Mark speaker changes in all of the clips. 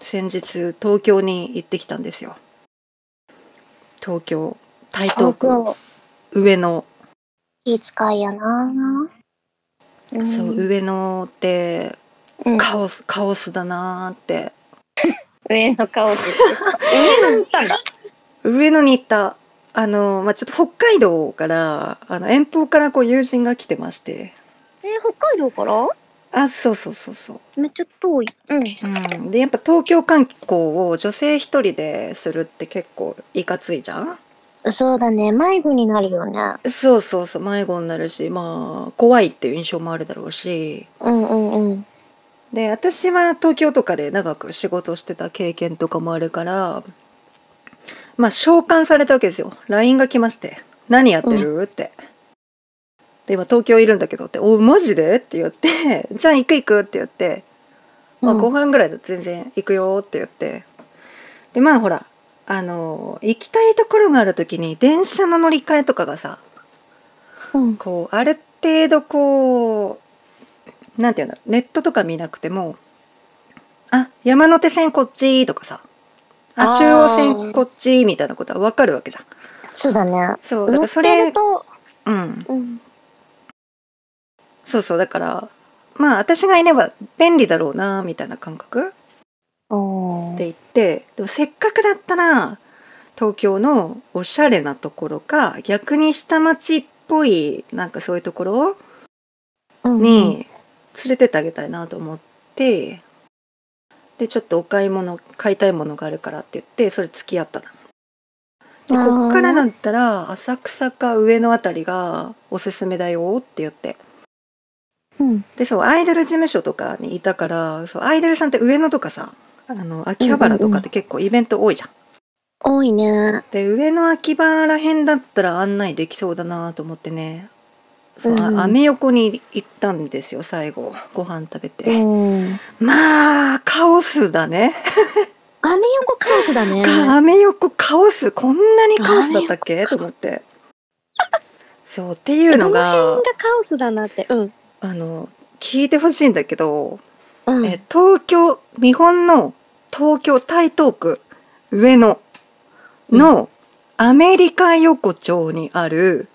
Speaker 1: 先日東京に行ってきたんですよ東京台東区
Speaker 2: 東
Speaker 1: 上野
Speaker 2: 京いつかやなぁ
Speaker 1: そう上野って
Speaker 2: うん
Speaker 1: カオス、カオスだなーって
Speaker 2: 上の顔です。上の行ったんだ。
Speaker 1: 上野に行ったあの、まあ、ちょっと北海道からあの遠方からこう友人が来てまして
Speaker 2: えー北海道から
Speaker 1: あそうそうそうそう
Speaker 2: めっちゃ遠い。うん。
Speaker 1: うん、でやっぱ東京観光を女性一人でするって結構いかついじゃん
Speaker 2: そうだね。迷子になるよね。
Speaker 1: そうそうそう迷子になるしまあ怖いっていう印象もあるだろうし
Speaker 2: うんうんうん。
Speaker 1: で私は東京とかで長く仕事してた経験とかもあるからまあ召喚されたわけですよ LINE が来まして「何やってる?」って。で今東京いるんだけどって「おマジで?」って言って 「じゃあ行く行く」って言ってまあ、
Speaker 2: うん
Speaker 1: 5分ぐらいだと全然行くよって言ってでまあほらあのー行きたいところがある時に電車の乗り換えとかがさ
Speaker 2: うん。
Speaker 1: こうある程度こうなんていうんだろうネットとか見なくても「あ山手線こっち」とかさ「あ
Speaker 2: あー
Speaker 1: 中央線こっち」みたいなことは分かるわけじゃん。
Speaker 2: そうだね。
Speaker 1: そうだか
Speaker 2: 乗
Speaker 1: ら
Speaker 2: っ
Speaker 1: そ
Speaker 2: て
Speaker 1: れ
Speaker 2: ると、
Speaker 1: うん、
Speaker 2: うん。
Speaker 1: そうそうだからまあ私がいれば便利だろうなみたいな感覚
Speaker 2: お
Speaker 1: っ
Speaker 2: ー
Speaker 1: て言ってでもせっかくだったら東京のおしゃれなところか逆に下町っぽいなんかそういうところ
Speaker 2: うんうん
Speaker 1: に連れてってあげたいなと思ってでちょっとお買い物買いたいものがあるからって言ってそれ付き合ったの。で
Speaker 2: あー
Speaker 1: こっからだったら浅草か上のあたりがおすすめだよって言って
Speaker 2: うん。
Speaker 1: でそうアイドル事務所とかにいたからそうアイドルさんって上野とかさあの秋葉原とかって結構イベント多いじゃん。
Speaker 2: 多いね。
Speaker 1: で上の秋葉ら辺だったら案内できそうだなと思ってねそう、あ
Speaker 2: うん
Speaker 1: アメ横に行ったんですよ最後ご飯食べて、
Speaker 2: うん。
Speaker 1: まあカオスだね、
Speaker 2: アメ横カオスだね。
Speaker 1: アメ横カオスこんなにカオスだったっけと思ってそうっていうの
Speaker 2: こ
Speaker 1: が
Speaker 2: の辺がカオスだなって。うん。
Speaker 1: あの聞いてほしいんだけど、
Speaker 2: うん。
Speaker 1: え東京日本の東京台東区上野のアメリカ横丁にある、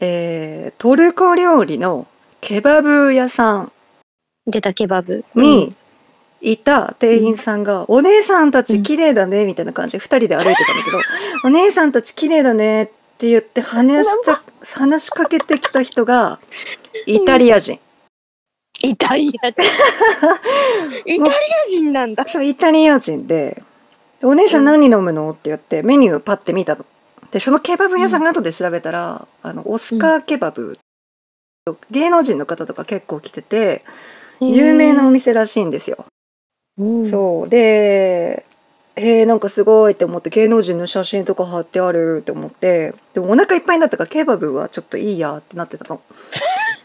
Speaker 1: えートルコ料理のケバブ屋さん
Speaker 2: 出たケバブ。
Speaker 1: にいた店員さんが「お姉さんたち綺麗だね」みたいな感じで2人で歩いてたんだ けど「お姉さんたち綺麗だね」って言って話した話しかけてきた人がイタリア人。
Speaker 2: イタリア人。 イタリア人なんだ。
Speaker 1: そうイタリア人で「お姉さん何飲むの?」って言ってメニューパッて見たのでそのケバブ屋さんが後で調べたら、あのオスカーケバブ、芸能人の方とか結構来てて有名なお店らしいんですよ、
Speaker 2: うん。
Speaker 1: そうでえー、なんかすごいって思って芸能人の写真とか貼ってあるって思ってでもお腹いっぱいになったからケバブはちょっといいやってなってたの、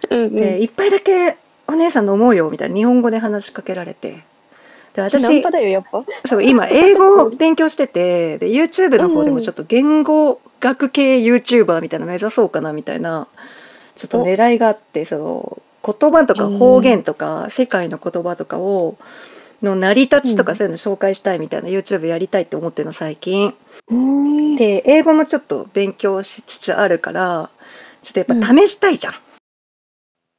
Speaker 2: うんうん。
Speaker 1: で一杯だけお姉さん飲もうよみたいな日本語で話しかけられてで私
Speaker 2: ナンパだよやっぱ。
Speaker 1: そう今英語を勉強しててで YouTube の方でもちょっと言語学系 YouTuber みたいなの目指そうかなみたいなちょっと狙いがあってその言葉とか方言とか世界の言葉とかをの成り立ちとかそういうの紹介したいみたいな YouTube やりたいって思ってるの最近。
Speaker 2: うん。
Speaker 1: で英語もちょっと勉強しつつあるからちょっとやっぱ試したいじゃん。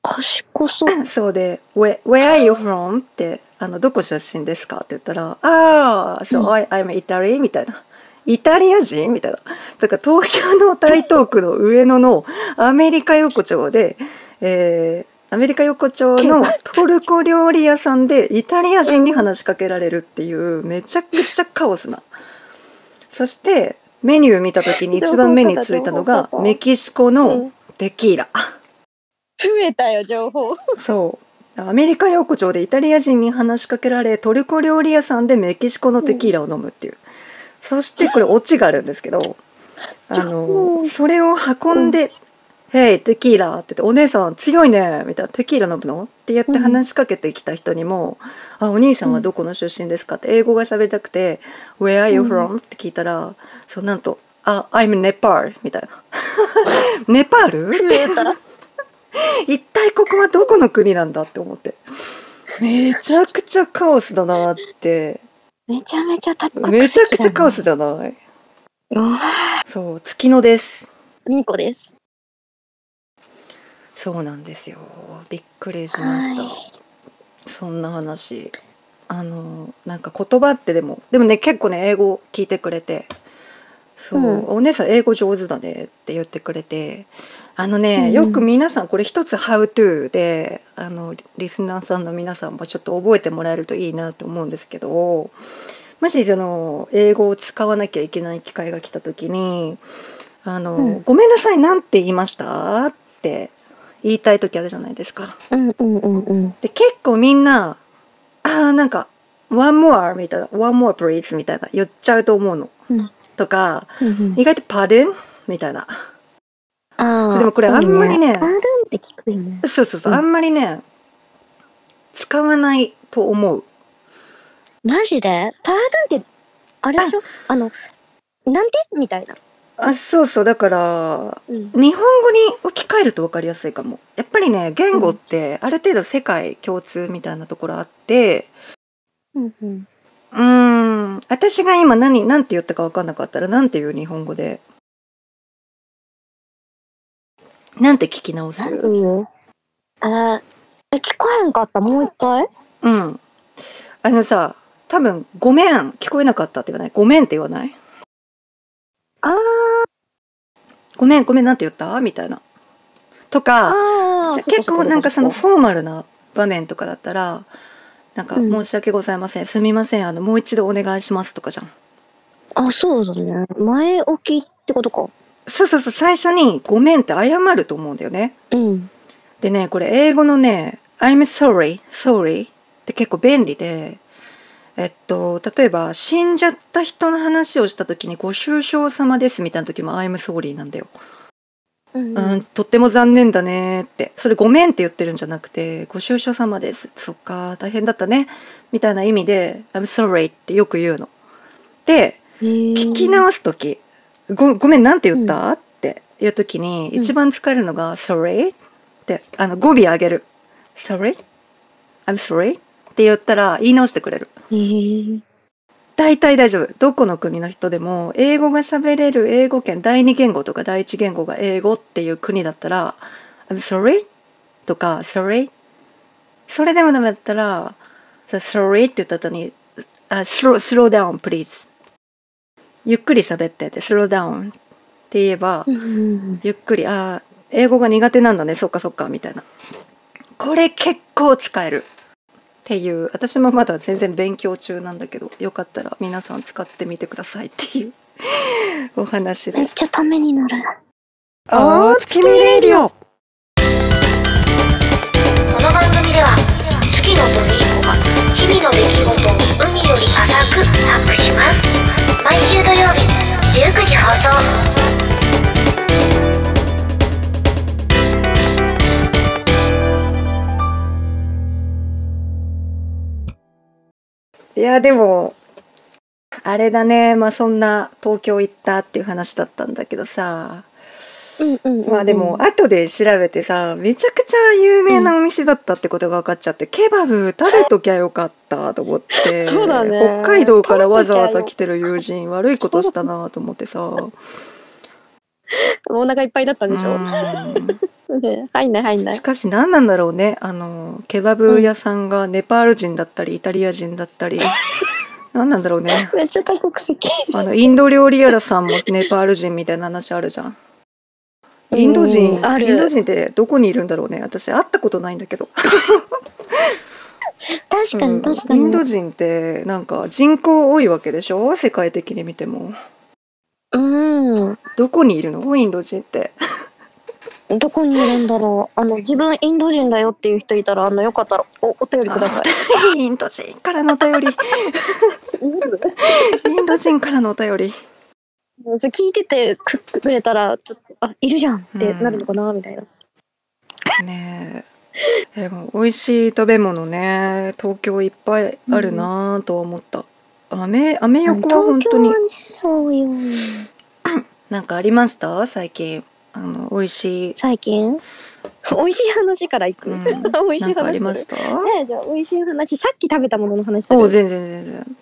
Speaker 2: 賢そ う。
Speaker 1: そうで「Where, where are you from?」ってあの「どこ出身ですか?」って言ったら「ああ、そうう、
Speaker 2: ん
Speaker 1: I, I'm Italy」みたいな「イタリア人?」みたいなだから東京の台東区の上野のアメリカ横丁で、えーアメリカ横丁のトルコ料理屋さんでイタリア人に話しかけられるっていうめちゃくちゃカオスな。そしてメニュー見た時に一番目についたのがメキシコのテキーラ。
Speaker 2: 増えたよ情報。
Speaker 1: そうアメリカ横丁でイタリア人に話しかけられトルコ料理屋さんでメキシコのテキーラを飲むっていう、そしてこれオチがあるんですけ どあ
Speaker 2: う
Speaker 1: の
Speaker 2: ん
Speaker 1: それを運んで「ヘイテキーラ」って言って「お姉さん強いね」みたいな「テキーラ飲むの?」ってやって話しかけてきた人にも「あお兄さんはどこの出身ですか?」って英語が喋りたくて「Where are you from?」って聞いたらそうなんと「あ I'm Nepal」みたいな 「ネパール?」って
Speaker 2: 増えた。
Speaker 1: 一体ここはどこの国なんだって思ってめちゃくちゃカオスだなって
Speaker 2: めちゃめちゃたった
Speaker 1: めちゃくちゃカオスじゃないう
Speaker 2: わ
Speaker 1: そう月乃です
Speaker 2: 2個です
Speaker 1: そうなんですよびっくりしました、
Speaker 2: は
Speaker 1: そんな話あのなんか言葉ってでもでもね結構ね英語聞いてくれてそう、
Speaker 2: うん
Speaker 1: お姉さん英語上手だねって言ってくれてあのね、
Speaker 2: うん
Speaker 1: よく皆さんこれ一つ「How to」であのリリスナーさんの皆さんもちょっと覚えてもらえるといいなと思うんですけどもしその英語を使わなきゃいけない機会が来た時に「あの
Speaker 2: うん
Speaker 1: ごめんなさいなんて言いました?」って言いたい時あるじゃないですか。
Speaker 2: うんうんうんうん
Speaker 1: で結構みんな「あーなんか「one more」みたいな「one more please」みたいな言っちゃうと思うの
Speaker 2: うん
Speaker 1: とか
Speaker 2: うん
Speaker 1: 意外と「pardon」みたいな
Speaker 2: あー
Speaker 1: でもこれあんまりね
Speaker 2: いいあるんって聞くよね
Speaker 1: そうそうそう、
Speaker 2: うん
Speaker 1: あんまりね使わないと思う
Speaker 2: マジでパードンってあれでしょあのなんでみたいな
Speaker 1: あそうそうだから
Speaker 2: うん
Speaker 1: 日本語に置き換えると分かりやすいかもやっぱりね言語ってある程度世界共通みたいなところあって
Speaker 2: うんうん
Speaker 1: うーん私が今何何て言ったか分かんなかったら何て言う日本語でなんて聞き直す
Speaker 2: なんて言うあーえ聞こえんかったもう一回
Speaker 1: うんあのさ多分「ごめん」聞こえなかったって言わない「ごめん」って言わない
Speaker 2: あー
Speaker 1: 「ごめんごめん」なんて言ったみたいなとか
Speaker 2: あー
Speaker 1: 結構なんかその
Speaker 2: っ
Speaker 1: フォーマルな場面とかだったらなんか「
Speaker 2: うん
Speaker 1: 申し訳ございません、すみませんあのもう一度お願いします」とかじゃん
Speaker 2: あそうだね前置きってことか
Speaker 1: そうそうそう最初に「ごめん」って謝ると思うんだよね
Speaker 2: うん
Speaker 1: でねこれ英語のね「I'm sorry sorry」って結構便利でえっと例えば死んじゃった人の話をした時に「ご愁傷様です」みたいな時も「I'm sorry」なんだよ、
Speaker 2: うん
Speaker 1: うんとっても残念だねーってそれ「ごめん」って言ってるんじゃなくて「ご愁傷様です」そっか大変だったねみたいな意味で「I'm sorry」ってよく言うので聞
Speaker 2: 聞
Speaker 1: き直す時「ごごめんなんて言った?」って言う時に
Speaker 2: うん
Speaker 1: 一番使えるのが「sorry」ってあの語尾上げる「sorry」「I'm sorry」って言ったら言い直してくれる
Speaker 2: えー
Speaker 1: 大体大丈夫どこの国の人でも英語が喋れる英語圏第二言語とか第一言語が英語っていう国だったら「I'm sorry」とか「sorry」それでもダメだったら「さ sorry」って言った後に「あ slow, slow down please」ゆっくり喋ってって「slow down」って言えば
Speaker 2: うんうん
Speaker 1: ゆっくり「あー英語が苦手なんだねそっかそっか」みたいなこれ結構使えるっていう私もまだ全然勉強中なんだけどよかったら皆さん使ってみてくださいっていう お話
Speaker 2: め
Speaker 1: で
Speaker 2: っ
Speaker 1: す。
Speaker 2: ちゃためになる
Speaker 1: お月見レディオ
Speaker 3: この番組では月野とみりこが日々の出来事を海より浅くアップします毎週土曜日19時放送
Speaker 1: いやでもあれだねまあそんな東京行ったっていう話だったんだけどさ
Speaker 2: うんうんうんうん
Speaker 1: まあでも後で調べてさめちゃくちゃ有名なお店だったってことが分かっちゃって、ケバブ食べときゃよかったと思って
Speaker 2: そうだね
Speaker 1: 北海道からわざわざ来てる友人悪いことしたなと思ってさ
Speaker 2: お腹いっぱいだったんでしょ、
Speaker 1: うん
Speaker 2: ね入んない入んない
Speaker 1: しかし何なんだろうねあのケバブ屋さんがネパール人だったりイタリア人だったり何なんだろうね
Speaker 2: めっちゃ多国籍
Speaker 1: あのインド料理屋さんもネパール人みたいな話あるじゃん。インド人、
Speaker 2: うんある
Speaker 1: インド人ってどこにいるんだろうね。私会ったことないんだけど。
Speaker 2: 確か
Speaker 1: う
Speaker 2: に
Speaker 1: ん
Speaker 2: 確かに、
Speaker 1: インド人ってなんか人口多いわけでしょ。世界的に見ても。
Speaker 2: うん
Speaker 1: どこにいるの？インド人って。
Speaker 2: どこにいるんだろうあの自分インド人だよっていう人いたらあのよかったらおお便りください
Speaker 1: インド人からのお便り。インド人からのお便り。
Speaker 2: それ聞いててくくれたらちょっとあいるじゃんってなるのかな、みたいな
Speaker 1: ねえ。でも美味しい食べ物ね。東京いっぱいあるなぁとは思った。アメアメ横は本当に。
Speaker 2: 東京はね多いよ
Speaker 1: なんかありました最近あの美味しい、
Speaker 2: 最近美味しい話からいく、
Speaker 1: うん
Speaker 2: 美味しい話
Speaker 1: なんかありました
Speaker 2: ねえじゃあ美味しい話さっき食べたものの話する
Speaker 1: お全然全然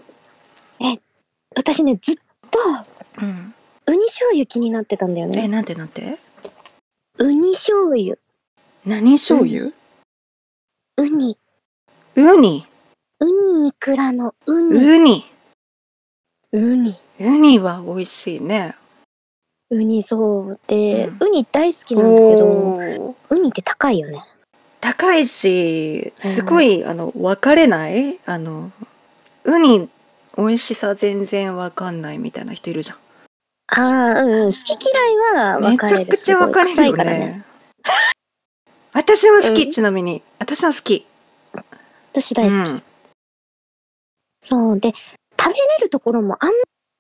Speaker 2: 私ね、ずっと、
Speaker 1: うん、
Speaker 2: ウニ醤油気になってたんだよ
Speaker 1: え
Speaker 2: ね。
Speaker 1: なんてなんて
Speaker 2: ウニ醤油。
Speaker 1: 何醤油、
Speaker 2: ウニ。
Speaker 1: ウニ
Speaker 2: ウニいくらのウニ。
Speaker 1: ウニ
Speaker 2: ウニ。
Speaker 1: ウニは美味しいね
Speaker 2: ウニそうで、
Speaker 1: う
Speaker 2: ウニ大好きなんだけど、
Speaker 1: おー
Speaker 2: ウニって高いよね。
Speaker 1: 高いしすごい、あの分かれないあのウニ美味しさ全然分かんないみたいな人いるじゃん
Speaker 2: ああ、うんうん。好き嫌いは分
Speaker 1: め
Speaker 2: か
Speaker 1: ち
Speaker 2: れ
Speaker 1: ゃ
Speaker 2: る。
Speaker 1: くちゃ分かれ
Speaker 2: す
Speaker 1: る
Speaker 2: ごい臭い
Speaker 1: よ
Speaker 2: から
Speaker 1: ね
Speaker 2: ね。
Speaker 1: 私は好き、
Speaker 2: うん
Speaker 1: ちなみに私は好き
Speaker 2: 私大好き。
Speaker 1: うん
Speaker 2: そうで、食べれるところもあんま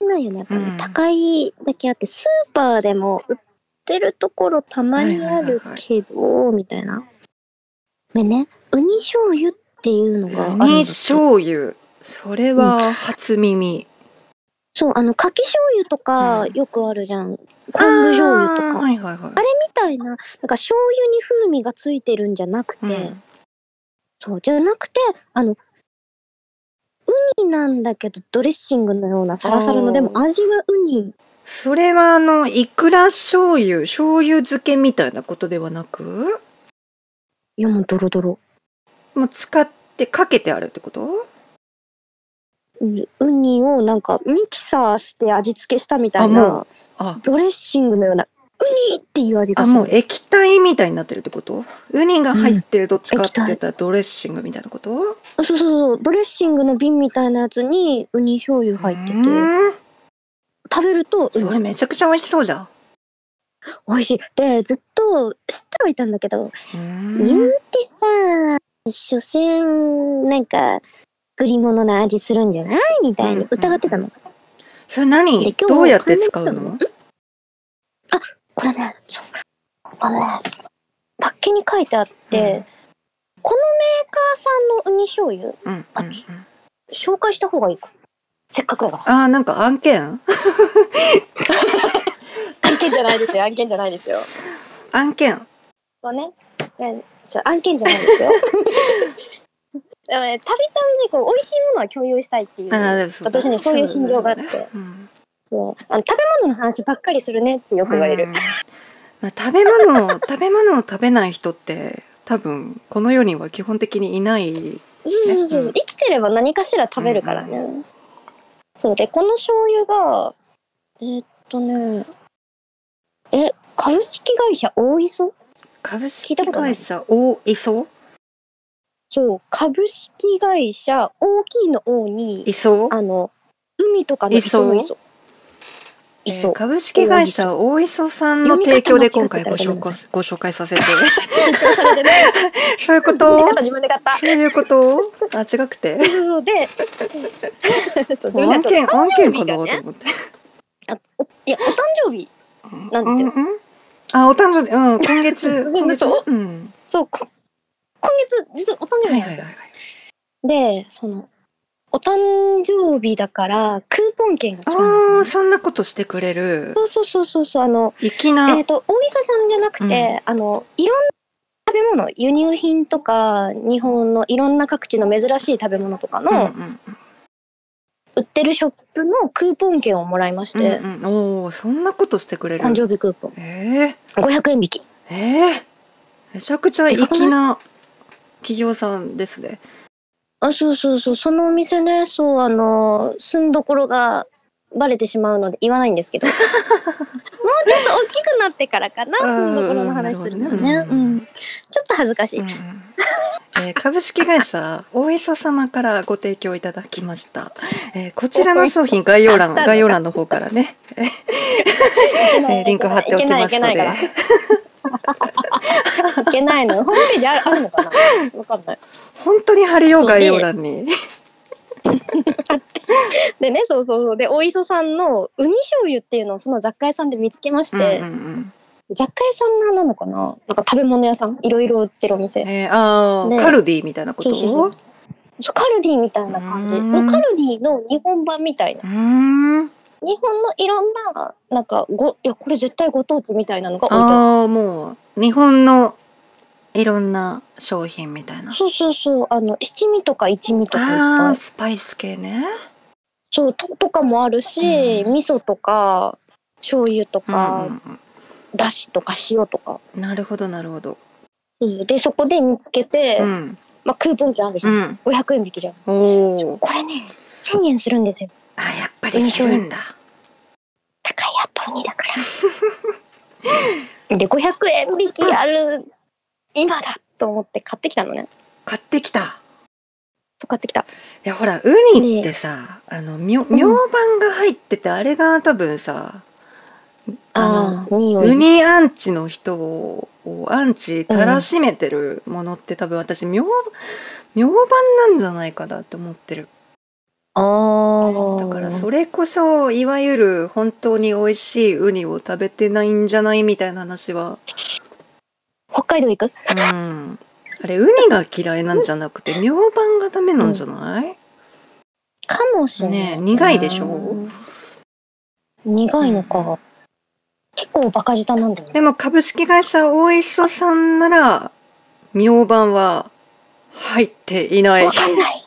Speaker 2: りないよね。やっぱね
Speaker 1: うん
Speaker 2: 高いだけあって、スーパーでも売ってるところたまにあるけど、みたいな。でね、ウニ醤油っていうのがあるん
Speaker 1: ウ
Speaker 2: だ
Speaker 1: ニ
Speaker 2: けど
Speaker 1: 醤油それは初耳、
Speaker 2: そう、あの、かき醤油とか
Speaker 1: うん
Speaker 2: よくあるじゃん。昆布醤油と
Speaker 1: あー
Speaker 2: か。
Speaker 1: はいはいはい
Speaker 2: みたいな、なんか醤油に風味がついてるんじゃなくて、
Speaker 1: うん
Speaker 2: そう、じゃなくて、あの、ウニなんだけど、ドレッシングのようなサラサラ
Speaker 1: おー
Speaker 2: の、でも味はウニ。
Speaker 1: それはあのいくら醤油醤油漬けみたいなことではなく
Speaker 2: いや、もうドロドロ。
Speaker 1: もう使ってかけてあるってこと
Speaker 2: うんウニをなんかミキサーして味付けしたみたい
Speaker 1: あも
Speaker 2: な、
Speaker 1: あ
Speaker 2: ドレッシングのような、ウニっていう味が
Speaker 1: あ
Speaker 2: す
Speaker 1: もう
Speaker 2: る。
Speaker 1: 液体みたいになってるってことウニが入ってるどっちかって
Speaker 2: うん
Speaker 1: 言ったらドレッシングみたいなこと、
Speaker 2: そうそうそう、ドレッシングの瓶みたいなやつにウニ醤油入ってて、
Speaker 1: うん
Speaker 2: 食べると、うん
Speaker 1: それめちゃくちゃ美味しそうじゃん
Speaker 2: 美味しい。で、ずっと知ってはいたんだけど、
Speaker 1: うん
Speaker 2: 言うてさ、所詮、なんか、作り物の味するんじゃないみた
Speaker 1: う
Speaker 2: い
Speaker 1: んう
Speaker 2: に
Speaker 1: ん
Speaker 2: 疑ってたの。
Speaker 1: それ何
Speaker 2: で今日
Speaker 1: どうやって使う
Speaker 2: 考
Speaker 1: の
Speaker 2: えこれね、そうあのね、パッケに書いてあって、
Speaker 1: うん
Speaker 2: このメーカーさんのウニ醤油、
Speaker 1: うんうんうん
Speaker 2: 紹介した方がいいか。せっかくだから。
Speaker 1: あーなんか案件
Speaker 2: 案件じゃないです よ、案件じゃないですよ。
Speaker 1: 案件
Speaker 2: そうね。ねそう案件じゃないです よ。でもねたびたびね、こう、美味しいものは共有したいっていう。
Speaker 1: あーそうだ
Speaker 2: 私ね、そういう心情があって。
Speaker 1: うん
Speaker 2: そうあの食べ物の話ばっかりするねってよく言われる、
Speaker 1: うんまあ、食べ物を 食べ物を食べない人って多分この世には基本的にいない
Speaker 2: そうそうそう
Speaker 1: うん
Speaker 2: 生きてれば何かしら食べるからね、そうでこの醤油がえーっとねえ株式会社大磯
Speaker 1: 株
Speaker 2: 聞
Speaker 1: 式
Speaker 2: いたことない
Speaker 1: 会社大磯
Speaker 2: そう株式会社大きいの王に
Speaker 1: 磯
Speaker 2: あの海とかの磯の磯
Speaker 1: えー
Speaker 2: 磯、
Speaker 1: 株式会社大磯さんの提供で今回ご紹介ご紹介させて
Speaker 2: それでね
Speaker 1: そういうこ
Speaker 2: 自分で買
Speaker 1: と
Speaker 2: った自分で 買った
Speaker 1: そういうことあ違くて
Speaker 2: そうそうそう でそう自分でや
Speaker 1: 案
Speaker 2: った
Speaker 1: 件案件かな
Speaker 2: 誕生日が
Speaker 1: と
Speaker 2: ね
Speaker 1: 思って
Speaker 2: あおいやお誕生日なんですよ、
Speaker 1: うんうんあお誕生日 うん今月
Speaker 2: ごめん
Speaker 1: 今月
Speaker 2: 嘘
Speaker 1: うん
Speaker 2: そう、こ今月、実はお誕生
Speaker 1: は
Speaker 2: 日
Speaker 1: いはい
Speaker 2: なんですよ。
Speaker 1: はい
Speaker 2: で、その、お誕生日だから、クーポン券が
Speaker 1: あ
Speaker 2: つくん
Speaker 1: ー
Speaker 2: ですね。
Speaker 1: そんなことしてくれる
Speaker 2: そうそうそうそうそう、あの、
Speaker 1: 粋
Speaker 2: え
Speaker 1: な
Speaker 2: っ、と、大磯さんじゃなくて、あの、いろんな食べ物、輸入品とか、日本のいろんな各地の珍しい食べ物とか
Speaker 1: うんう
Speaker 2: の、
Speaker 1: ん
Speaker 2: 売ってるショップのクーポン券をもらいまして、
Speaker 1: うんうん、おおそんなことしてくれる
Speaker 2: 誕生日クーポン。
Speaker 1: え
Speaker 2: 500円引き。
Speaker 1: ー、えー、めちゃくちゃ粋な企業さんですね
Speaker 2: あ、そうそうそう、そのお店ね、そう、あの、住んどころがバレてしまうので言わない んですけど。もうちょっと大きくなってからかな、
Speaker 1: うん
Speaker 2: 住んどころの話するのはね。
Speaker 1: なるほ
Speaker 2: う
Speaker 1: どねうん
Speaker 2: ん。ちょっと恥ずかしい。
Speaker 1: うんうん えー株式会社大磯様からご提供いただきました、えーこちらの商品概要欄概要欄の方からね、えーリンク貼っておきますの
Speaker 2: いけな
Speaker 1: で
Speaker 2: いいけないから。いけないの。ホームページあるあるの かなわかんない。
Speaker 1: 本当に貼りよう概要欄に
Speaker 2: でね、そうそうそう。で、大磯さんのウニ醤油っていうのをその雑貨屋さんで見つけまし
Speaker 1: う
Speaker 2: て、
Speaker 1: んうん
Speaker 2: 雑貨屋さんなのかななんか食べ物屋さんいろいろ売ってるお店
Speaker 1: うん、。えー、あー、
Speaker 2: ね
Speaker 1: カルディみたいなこと
Speaker 2: そうそうそうカルディみたいな感じ。
Speaker 1: う
Speaker 2: カ
Speaker 1: ーん
Speaker 2: ルディの日本版みたいな。
Speaker 1: うーん
Speaker 2: 日本のいろんな、なんか、ご、いや、これ絶対ご当地みたいなのが置いてあ
Speaker 1: ああもう日本のいろんな商品みたいな
Speaker 2: る。そうそうそう。あの、七味とか一味とかいっ
Speaker 1: あ
Speaker 2: ぱ
Speaker 1: ー
Speaker 2: い。
Speaker 1: スパイス系ね
Speaker 2: そうととかもあるし、
Speaker 1: う
Speaker 2: 味噌とか醤油とか、
Speaker 1: うんうん
Speaker 2: だしとか塩とか、
Speaker 1: うんなるほどなるほど。
Speaker 2: うん、でそこで見つけて、
Speaker 1: うん
Speaker 2: まあ、クーポン券あるじゃ、
Speaker 1: うんん。
Speaker 2: 500円引きじゃん
Speaker 1: おお。
Speaker 2: これね1000円するんですよ
Speaker 1: あやっぱりするんだ。
Speaker 2: 高いやっぱウニだからで500円引きある今だと思って買ってきたのね
Speaker 1: 買ってきた。
Speaker 2: そう買ってきた
Speaker 1: いやほらウニってさ、あのみょ
Speaker 2: ん
Speaker 1: 明板が入っててあれが多分さ、
Speaker 2: あ
Speaker 1: あ
Speaker 2: あ匂
Speaker 1: ウ
Speaker 2: い
Speaker 1: ニアンチの人をアンチたらしめてるものって多分私明明板なんじゃないかなって思ってる。
Speaker 2: ああ
Speaker 1: だからそれこそいわゆる本当に美味しいウニを食べてないんじゃないみたいな話は、
Speaker 2: 北海道行く
Speaker 1: うん、あれウニが嫌いなんじゃなくて明板がダメなんじゃない、
Speaker 2: かもしれない
Speaker 1: ねえ苦いでしょ
Speaker 2: 苦いのか、
Speaker 1: う
Speaker 2: 結構バカ舌なんだよね
Speaker 1: でも株式会社大磯さんなら明板は入っていない
Speaker 2: わ。かんない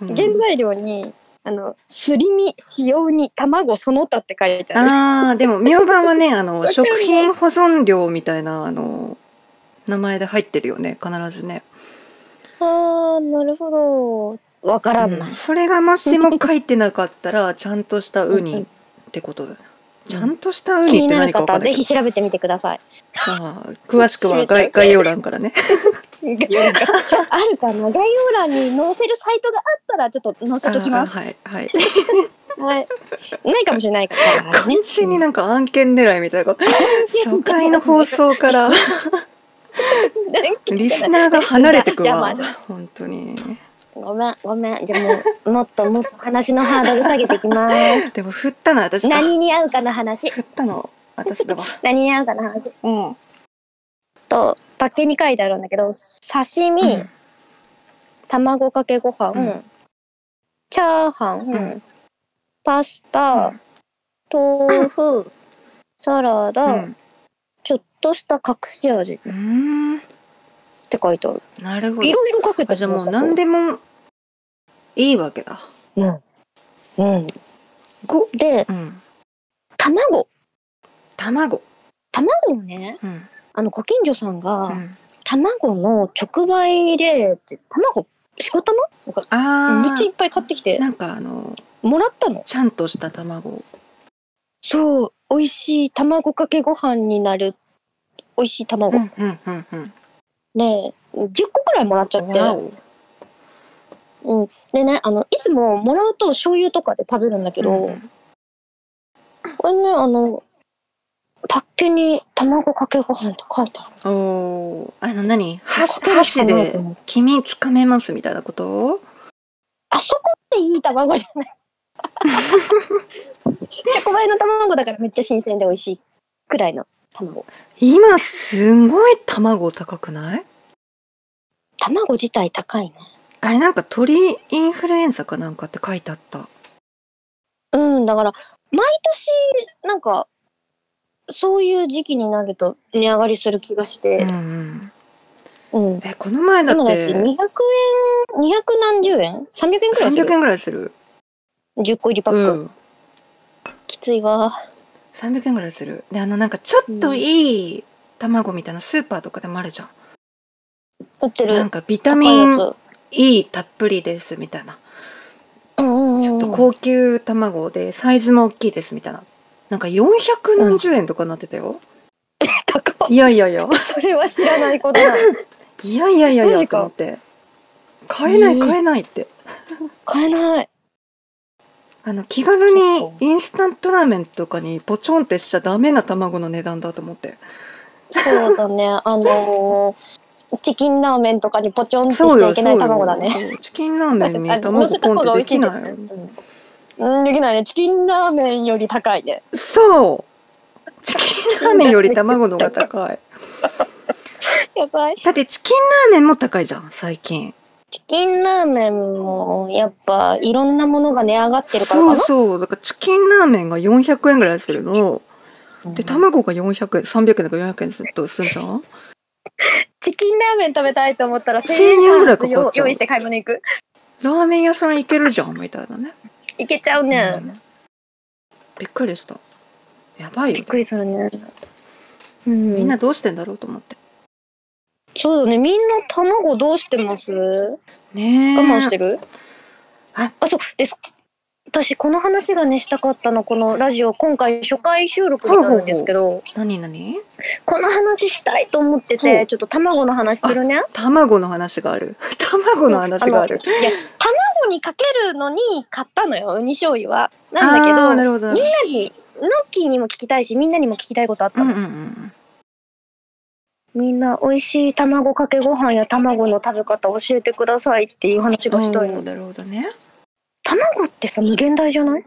Speaker 1: うん
Speaker 2: 原材料にあのすり身塩に卵その他って書いてある
Speaker 1: あーでも明板はねあの
Speaker 2: かんない
Speaker 1: 食品保存料みたいなあの名前で入ってるよね必ずね。
Speaker 2: あーなるほどわからんな、
Speaker 1: うんそれがもしも書いてなかったらちゃんとしたウニってことだよちゃんとしたウ
Speaker 2: 気
Speaker 1: ニっ
Speaker 2: に
Speaker 1: て
Speaker 2: な
Speaker 1: 何
Speaker 2: る
Speaker 1: か分
Speaker 2: 方
Speaker 1: か
Speaker 2: は
Speaker 1: んな
Speaker 2: ぜ
Speaker 1: いけ
Speaker 2: ひ
Speaker 1: ど
Speaker 2: 調べてみてください
Speaker 1: ああ詳しくは
Speaker 2: 調べちゃ
Speaker 1: 概
Speaker 2: う
Speaker 1: 概要欄からね
Speaker 2: 概要欄あるかな概要欄に載せるサイトがあったらちょっと載せときま す
Speaker 1: ああはいはい
Speaker 2: はいないかもしれないからね
Speaker 1: 完全になんか案件狙いみたいな 初回の放送からリスナーが離れて く
Speaker 2: 邪魔
Speaker 1: わ本当に
Speaker 2: ごめんごめんじゃあもうもっともっと話のハードル下げていき ます
Speaker 1: でも振ったの私だ
Speaker 2: 何に合うかの話
Speaker 1: 振ったの私だわ
Speaker 2: 何に合うかの話
Speaker 1: うん
Speaker 2: とパッケに書いてあるんだけど刺身、
Speaker 1: うん
Speaker 2: 卵かけご飯、
Speaker 1: うん
Speaker 2: チャーハン、
Speaker 1: ん
Speaker 2: パス
Speaker 1: う
Speaker 2: タ、
Speaker 1: ん
Speaker 2: 豆腐、サラダ、
Speaker 1: うん
Speaker 2: ちょっとした隠し味っ
Speaker 1: うーん
Speaker 2: て書いてある
Speaker 1: なるほ
Speaker 2: い
Speaker 1: ど
Speaker 2: ろいろかけ
Speaker 1: あ
Speaker 2: て
Speaker 1: じゃあもう何でもいいわけだ
Speaker 2: うん、うん、
Speaker 1: ご
Speaker 2: で
Speaker 1: うん
Speaker 2: 卵
Speaker 1: 卵
Speaker 2: 卵をね
Speaker 1: うん
Speaker 2: あのご近所さんが、
Speaker 1: うん
Speaker 2: 卵の直売で卵しこたまめ
Speaker 1: あ
Speaker 2: っちゃい
Speaker 1: あ
Speaker 2: っぱい買ってきて
Speaker 1: なんかあの
Speaker 2: もらったの
Speaker 1: ちゃんとした卵
Speaker 2: そう、美味しい卵かけご飯になる美味しい卵。
Speaker 1: んうんうんうん
Speaker 2: ねえ、10個くらいもらっちゃって。
Speaker 1: わお
Speaker 2: うん。でね、あの、いつももらうと醤油とかで食べるんだけど、
Speaker 1: うん
Speaker 2: これね、あの、パッケに卵かけご飯って書いてある。
Speaker 1: おーあの何箸
Speaker 2: ここしか
Speaker 1: 箸
Speaker 2: ない
Speaker 1: で
Speaker 2: と思う
Speaker 1: 君つかめますみたいなこと
Speaker 2: あそこっていい卵じゃ ない。チョコバイの卵だからめっちゃ新鮮で美味しいくらいの卵。
Speaker 1: 今すごい卵高くない
Speaker 2: 卵自体高いね。
Speaker 1: あれなんか鳥インフルエンザかなんかって書いてあった
Speaker 2: うん、だから、毎年、なんか、そういう時期になると値上がりする気がし
Speaker 1: う
Speaker 2: て
Speaker 1: ん、うん
Speaker 2: うん。
Speaker 1: えこの前だ
Speaker 2: 今
Speaker 1: っ
Speaker 2: のやつ200
Speaker 1: て
Speaker 2: 円、200何十円 ?300 円くらいす
Speaker 1: 300
Speaker 2: る
Speaker 1: 円ぐらいする
Speaker 2: ?10 個入りパック。
Speaker 1: うん
Speaker 2: きついわ。
Speaker 1: 300円ぐらいするであのなんかちょっといい卵みたいなスーパーとかでもあるじゃん
Speaker 2: 売って
Speaker 1: なん
Speaker 2: る。
Speaker 1: かビタ
Speaker 2: 高い
Speaker 1: ミン
Speaker 2: や
Speaker 1: E たっぷりですみたいな
Speaker 2: つ。うんうんうん。
Speaker 1: ちょっと高級卵でサイズも大きいですみたいななんか400何十円とかなってたよ、
Speaker 2: 高っ
Speaker 1: いやいやいや
Speaker 2: それは知らないことだ。
Speaker 1: いやいやいやい
Speaker 2: マ
Speaker 1: や
Speaker 2: ジ
Speaker 1: と
Speaker 2: か
Speaker 1: 思って買えない
Speaker 2: えー
Speaker 1: 買えないって
Speaker 2: 買えない。
Speaker 1: あの気軽に
Speaker 2: そっか
Speaker 1: インスタントラーメンとかにポチョンってしちゃダメな卵の値段だと思って
Speaker 2: そうだね。あのー、チキンラーメンとかにポチョンってし
Speaker 1: そう
Speaker 2: ちゃ
Speaker 1: よ
Speaker 2: いけない卵だ
Speaker 1: そ
Speaker 2: ね。
Speaker 1: うよチキンラーメ ンに
Speaker 2: あ乗
Speaker 1: 卵
Speaker 2: せた
Speaker 1: ポ
Speaker 2: 方
Speaker 1: ンっ
Speaker 2: が
Speaker 1: て
Speaker 2: 美
Speaker 1: で
Speaker 2: 味し
Speaker 1: き
Speaker 2: いんだ
Speaker 1: ないよ
Speaker 2: うん、できないね。チキンラーメンより高いね。
Speaker 1: そうチキンラーメンより卵の方が高 い
Speaker 2: やばい。
Speaker 1: だってチキンラーメンも高いじゃん最近
Speaker 2: チキンラーメンもやっぱいろんなものが値上がってるから
Speaker 1: そ
Speaker 2: かな
Speaker 1: うそうだからチキンラーメンが400円ぐらいするの
Speaker 2: うん
Speaker 1: で卵が400円300円とか400円ずっとするじゃん
Speaker 2: チキンラーメン食べたいと思ったら
Speaker 1: 1000円ぐらいかかっちゃう
Speaker 2: 用用意して買い物行く
Speaker 1: ラーメン屋さん行けるじゃんみたいなね、
Speaker 2: いけちゃうね。
Speaker 1: びっくりしたやばい
Speaker 2: びっ
Speaker 1: よ
Speaker 2: くりするね。うん、
Speaker 1: みんなどうしてんだろうと思って
Speaker 2: そうだね。みんな卵どうしてます我
Speaker 1: ねえ
Speaker 2: 慢してる、
Speaker 1: あ
Speaker 2: あ、そう。です。私、この話がね、したかったの。このラジオ、今回初回収録になるんですけど、
Speaker 1: 何何
Speaker 2: この話したいと思って
Speaker 1: ほ
Speaker 2: て、
Speaker 1: う
Speaker 2: ちょっと卵の話するね。
Speaker 1: 卵の話がある 卵の話がある
Speaker 2: のいや卵にかけるのに買ったのよウニ醤油は
Speaker 1: あ
Speaker 2: なんだけ
Speaker 1: あー
Speaker 2: ど
Speaker 1: なるほどな
Speaker 2: み
Speaker 1: る
Speaker 2: んなにノッキーにも聞きたいしみんなにも聞きたいことあっ
Speaker 1: ほ
Speaker 2: た
Speaker 1: どう
Speaker 2: の、
Speaker 1: んうんうん
Speaker 2: みんな美味しい卵かけご飯や卵の食べ方教えてくださいっていう話がしたいの、
Speaker 1: おーなるほどね
Speaker 2: 卵ってさ無限大じゃない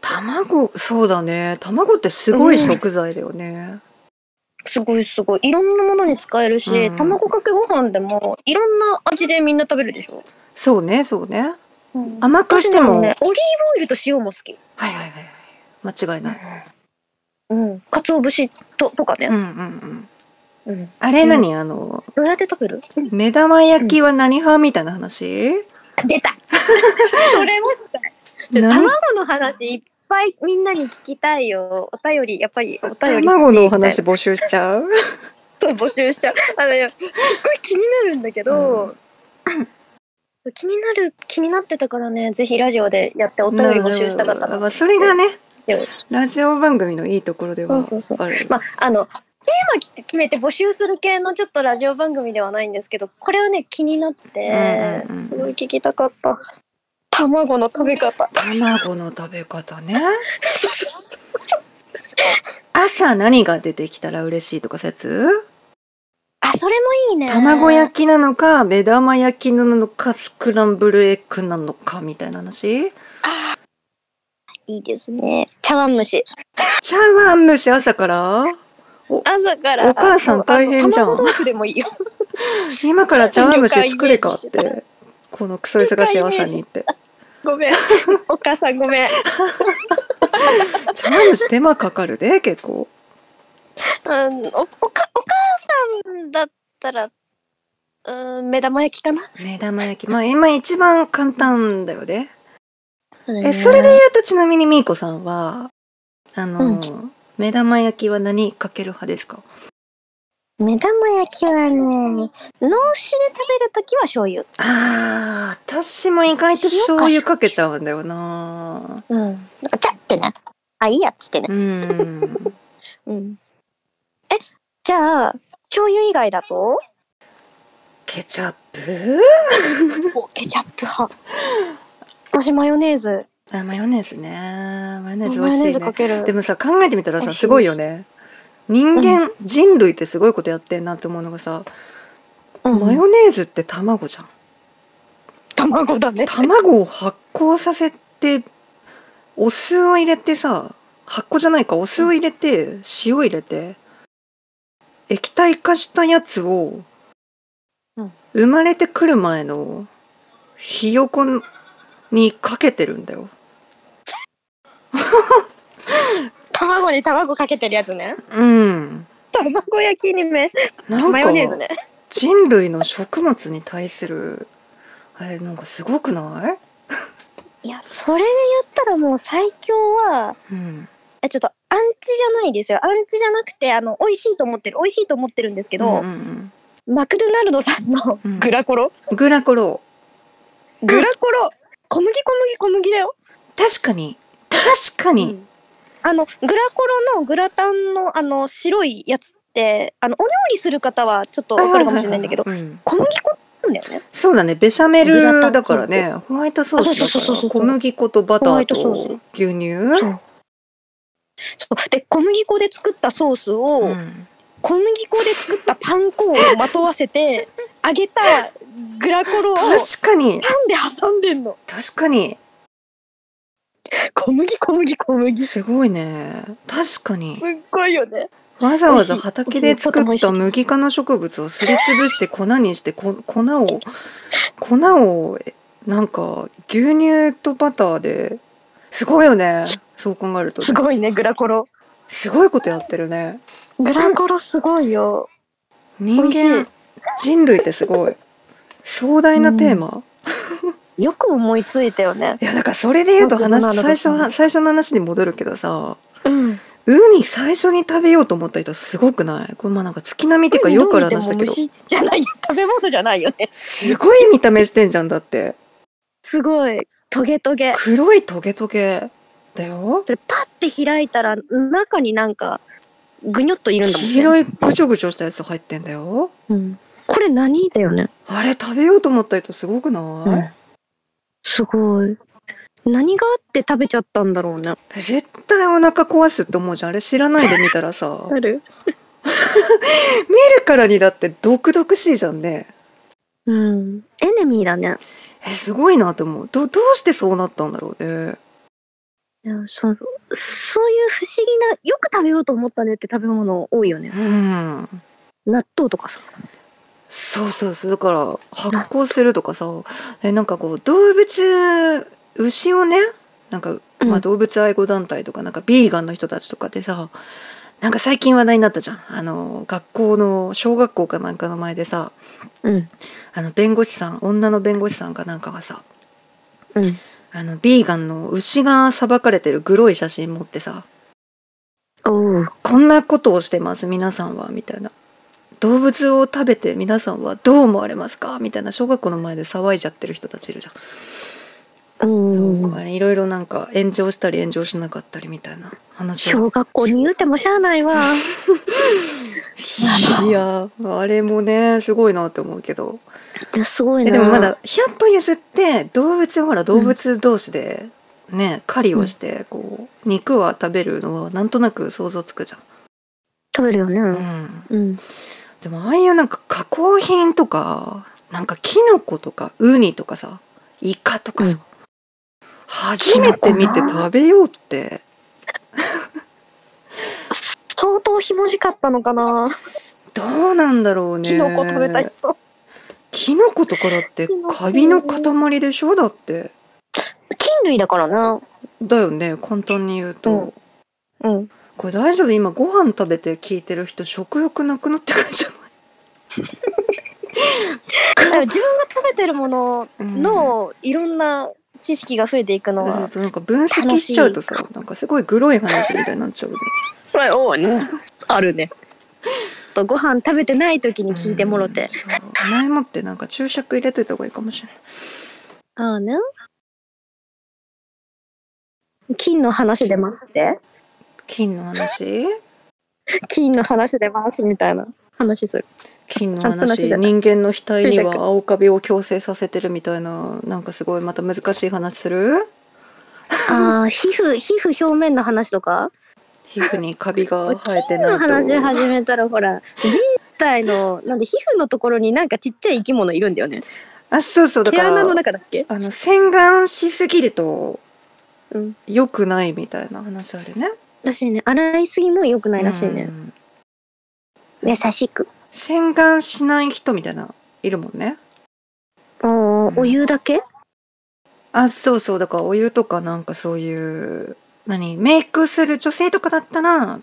Speaker 1: 卵そうだね卵ってすごい食材だよね、
Speaker 2: すごいすごいいろんなものに使えるし、
Speaker 1: うん
Speaker 2: 卵かけご飯でもいろんな味でみんな食べるでしょ、
Speaker 1: そうねそうね
Speaker 2: うん、
Speaker 1: 甘くして
Speaker 2: 私な
Speaker 1: も、
Speaker 2: んねオリーブオイルと塩も好き
Speaker 1: はいはいはいはい間違いない、
Speaker 2: うん鰹節ととか
Speaker 1: う
Speaker 2: ね、
Speaker 1: んうんうん
Speaker 2: うん、
Speaker 1: あれ何、あの
Speaker 2: どうやって食べる、
Speaker 1: 目玉焼きは何派みたいな話、
Speaker 2: 出た それもしたいちょ
Speaker 1: 何
Speaker 2: 卵の話いっぱいみんなに聞きたいよお便りやっぱりお便り
Speaker 1: 卵のお話募集しちゃう
Speaker 2: そう募集しちゃうあのいやすっごい気になるんだけど、気になる気になってたからねぜひラジオでやってお便り募集したかっ
Speaker 1: なる
Speaker 2: た
Speaker 1: ほど
Speaker 2: の
Speaker 1: まあそれがね
Speaker 2: でも
Speaker 1: ラジオ番組のいいところではある
Speaker 2: そうそうまああのテーマき決めて募集する系のちょっとラジオ番組ではないんですけどこれはね気になって、
Speaker 1: うんうんうん
Speaker 2: すごい聞きたかった卵の食 べ方
Speaker 1: 卵の食べ方ね
Speaker 2: そうそうそうそう
Speaker 1: 朝何が出てきたら嬉しいとか説
Speaker 2: あそれもいいね
Speaker 1: 卵焼きなのか目玉焼きなのかスクランブルエッグなのかみたいな話
Speaker 2: いいですね。茶碗蒸し。
Speaker 1: 茶碗蒸し朝から
Speaker 2: 朝から。
Speaker 1: お母さん大変じゃん
Speaker 2: あの卵豆腐でもいいよ。
Speaker 1: 今から茶碗蒸し作れかってこのクソ忙しい朝にって
Speaker 2: ご めん。お母さんごめん。
Speaker 1: 茶碗蒸し手間かかるで結構
Speaker 2: うん、お、おか、お母さんだったら。うん、目玉焼きかな。
Speaker 1: 目玉焼きまあ今一番簡単だよねえ
Speaker 2: え
Speaker 1: それで言。うとちなみにみーこさんはあの、目玉焼きは何かける派ですか
Speaker 2: 目玉焼きはね、脳死で食べるときは醤油。
Speaker 1: あー私も意外と醤油かけちゃうんだよな
Speaker 2: うん。なんか、ちゃってね。あ、いいやっつってね。
Speaker 1: うん
Speaker 2: うん。え、じゃあ、醤油以外だと。
Speaker 1: ケチャップ
Speaker 2: お、ケチャップ派。私マヨネーズ。
Speaker 1: あマヨネーズねマヨネーズ美
Speaker 2: マ
Speaker 1: 味し
Speaker 2: ヨネー
Speaker 1: い
Speaker 2: ズか
Speaker 1: ね
Speaker 2: ける。
Speaker 1: でもさ考えてみたら
Speaker 2: 美
Speaker 1: さ
Speaker 2: 味しい
Speaker 1: すごいよね人間、人類ってすごいことやってんなって思うのがさ、
Speaker 2: うん
Speaker 1: マヨネーズって卵じゃん
Speaker 2: 卵だね。
Speaker 1: 卵を発酵させてお酢を入れてさ発酵じゃないかお酢を入れて塩入れて液体化したやつを
Speaker 2: うん
Speaker 1: 生まれてくる前のひよこにかけてるんだよ。
Speaker 2: 卵に卵かけてるやつね。
Speaker 1: うん。
Speaker 2: 卵焼きにめ
Speaker 1: なん
Speaker 2: マ
Speaker 1: か
Speaker 2: ヨネーズね。
Speaker 1: 人類の食物に対するあれなんかすごくない？
Speaker 2: いやそれで言ったらもう最強は
Speaker 1: うん。
Speaker 2: えちょっとアンチじゃないですよ。アンチじゃなくてあの美味しいと思ってる美味しいと思ってるんですけど、
Speaker 1: うんうん
Speaker 2: マクドナルドさんの
Speaker 1: うん
Speaker 2: グラコロ、
Speaker 1: うん、グラコロ
Speaker 2: グラコロ小麦小麦小麦だよ。
Speaker 1: 確かに確かに、
Speaker 2: うんあのグラコロのグラタンのあの白いやつってあのお料理する方はちょっとわかるかもしれないんだけど
Speaker 1: は、ははいはいうん
Speaker 2: 小麦粉なんだよね。
Speaker 1: そうだねベシャメルだからねホワイトソースだ
Speaker 2: あそ
Speaker 1: か
Speaker 2: うそうそうそ
Speaker 1: ら
Speaker 2: う
Speaker 1: 小麦粉とバタ
Speaker 2: ホワ
Speaker 1: ー
Speaker 2: イトソー
Speaker 1: と
Speaker 2: ス
Speaker 1: 牛乳
Speaker 2: そうそうで小麦粉で作ったソースを、
Speaker 1: うん
Speaker 2: 小麦粉で作ったパン粉をまとわせて揚げたグラコロをパンで
Speaker 1: 確かに
Speaker 2: 挟んでんの
Speaker 1: 確かに
Speaker 2: 小麦小麦小麦す
Speaker 1: すごいね確かに
Speaker 2: っごいよね
Speaker 1: わざわざ
Speaker 2: 美味しい
Speaker 1: 畑で作
Speaker 2: 美
Speaker 1: っ
Speaker 2: 味しい
Speaker 1: た麦科の植物をすりつぶして粉にしてこ粉を粉をえなんか牛乳とバターですごいよねそう考えると
Speaker 2: すごいねグラコロ
Speaker 1: すごいことやってるね
Speaker 2: グラコロすごいよ
Speaker 1: 人
Speaker 2: 美味しい
Speaker 1: 間人類ってすごい壮大なテーマ、
Speaker 2: よく思いついたよね。
Speaker 1: いやだからそれで言うと
Speaker 2: 本当
Speaker 1: 話
Speaker 2: なの
Speaker 1: 最初
Speaker 2: 別
Speaker 1: は最初の話に戻るけどさ
Speaker 2: うん。
Speaker 1: ウニ最初に食べようと思った人すごくないこれまあなんか月並みっていうかよくある話だけど
Speaker 2: どう見ても虫じゃないよ食べ物じゃないよね。
Speaker 1: すごい見た目してんじゃんだって
Speaker 2: すごい。トゲトゲ。
Speaker 1: 黒いトゲトゲだよ
Speaker 2: それパッて開いたら中になんかぐにょっといるんだもん、ね。
Speaker 1: 黄色いぐちょぐちょしたやつ入ってんだよ
Speaker 2: うん。これ何だよね。
Speaker 1: あれ食べようと思った人すごくない、
Speaker 2: うんすごい。何があって食べちゃったんだろうね。
Speaker 1: 絶対お腹壊すって思うじゃんあれ知らないで見たらさ見
Speaker 2: る
Speaker 1: るからにだって毒々しいじゃんね
Speaker 2: うん。エネミーだね。
Speaker 1: えすごいなって思うどどうしてそうなったんだろうね
Speaker 2: いやそうそういう不思議な、よく食べようと思ったねって食べ物多いよね。
Speaker 1: うん
Speaker 2: 納豆とかさ。
Speaker 1: そうそうそうだから発酵するとかさえなんかこう動物牛をねなんか、
Speaker 2: うん
Speaker 1: まあ、動物愛護団体とかなんかビーガンの人たちとかでさなんか最近話題になったじゃんあの学校の小学校かなんかの前でさ
Speaker 2: うん。
Speaker 1: あの弁護士さん女の弁護士さんかなんかがさ
Speaker 2: うん。
Speaker 1: あのビーガンの牛がさばかれてるグロい写真持ってさ
Speaker 2: おう。
Speaker 1: こんなことをしてます皆さんはみたいな動物を食べて皆さんはどう思われますかみたいな小学校の前で騒いじゃってる人たちいるじゃん
Speaker 2: うん。
Speaker 1: あれいろいろなんか炎上したり炎上しなかったりみたいな話を
Speaker 2: 小学校に言うてもしゃあ ないわ。
Speaker 1: いやあれもねすごいなって思うけど
Speaker 2: いやすごい
Speaker 1: えで
Speaker 2: な。
Speaker 1: もまだ100歩譲って動物はほら動物同士でね、狩りをしてこう肉は食べるのはなんとなく想像つくじ
Speaker 2: 食べるよね。
Speaker 1: ゃん、うん、
Speaker 2: うん。
Speaker 1: でもああいうなんか加工品とかなんかキノコとかウニとかさイカとかさ、
Speaker 2: うん
Speaker 1: 初めて見て
Speaker 2: キノコな
Speaker 1: 食べようって
Speaker 2: 相当ひもじかったのかな。
Speaker 1: どうなんだろうね
Speaker 2: キノコ食べた人。
Speaker 1: キノコとかだって
Speaker 2: キノコ
Speaker 1: カビの塊でしょだって
Speaker 2: 菌類だからな。
Speaker 1: だよね簡単に言うと、
Speaker 2: うんうん。
Speaker 1: これ大丈夫今ご飯食べて聞いてる人食欲なくなってくるんじゃない
Speaker 2: だから自分が食べてるもの
Speaker 1: うん
Speaker 2: のいろんな知識が増えていくの
Speaker 1: そう
Speaker 2: は
Speaker 1: するとなんか分析しちゃうとさなんかすごいグロい話みたいになっちゃうね
Speaker 2: あるね。とご飯食べてない時に聞いてもろて。
Speaker 1: そう前もってなんか注釈入れといた方がいいかもしれない
Speaker 2: ああね。金の話出ますって
Speaker 1: 金の 話
Speaker 2: 金の話出ますみたいな話する。
Speaker 1: 金の
Speaker 2: あ話
Speaker 1: 話
Speaker 2: じゃない
Speaker 1: 人間の額に
Speaker 2: 注
Speaker 1: は
Speaker 2: 釈
Speaker 1: 青カビを矯正させてるみたいななんかすごいまた難しい話する
Speaker 2: ああ、皮膚、皮膚表面の話とか
Speaker 1: 皮膚にカビが生えて
Speaker 2: 金
Speaker 1: ないと
Speaker 2: の話始めたらほら、人体の、なんで皮膚のところになんかちっちゃい生き物いるんだよね。
Speaker 1: あそうそうだ
Speaker 2: 毛
Speaker 1: か
Speaker 2: 穴の
Speaker 1: ら
Speaker 2: 中だっけ
Speaker 1: あの洗顔しすぎると
Speaker 2: うん。
Speaker 1: 良くないみたいな話あるね
Speaker 2: らしいね。洗いすぎも良くないらしいね
Speaker 1: う。ん
Speaker 2: 優しく。
Speaker 1: 洗顔しない人みたいないるもんね
Speaker 2: ああ、お湯だけ
Speaker 1: あそうそうだからお湯とかなんかそういう何メイクする女性とかだったら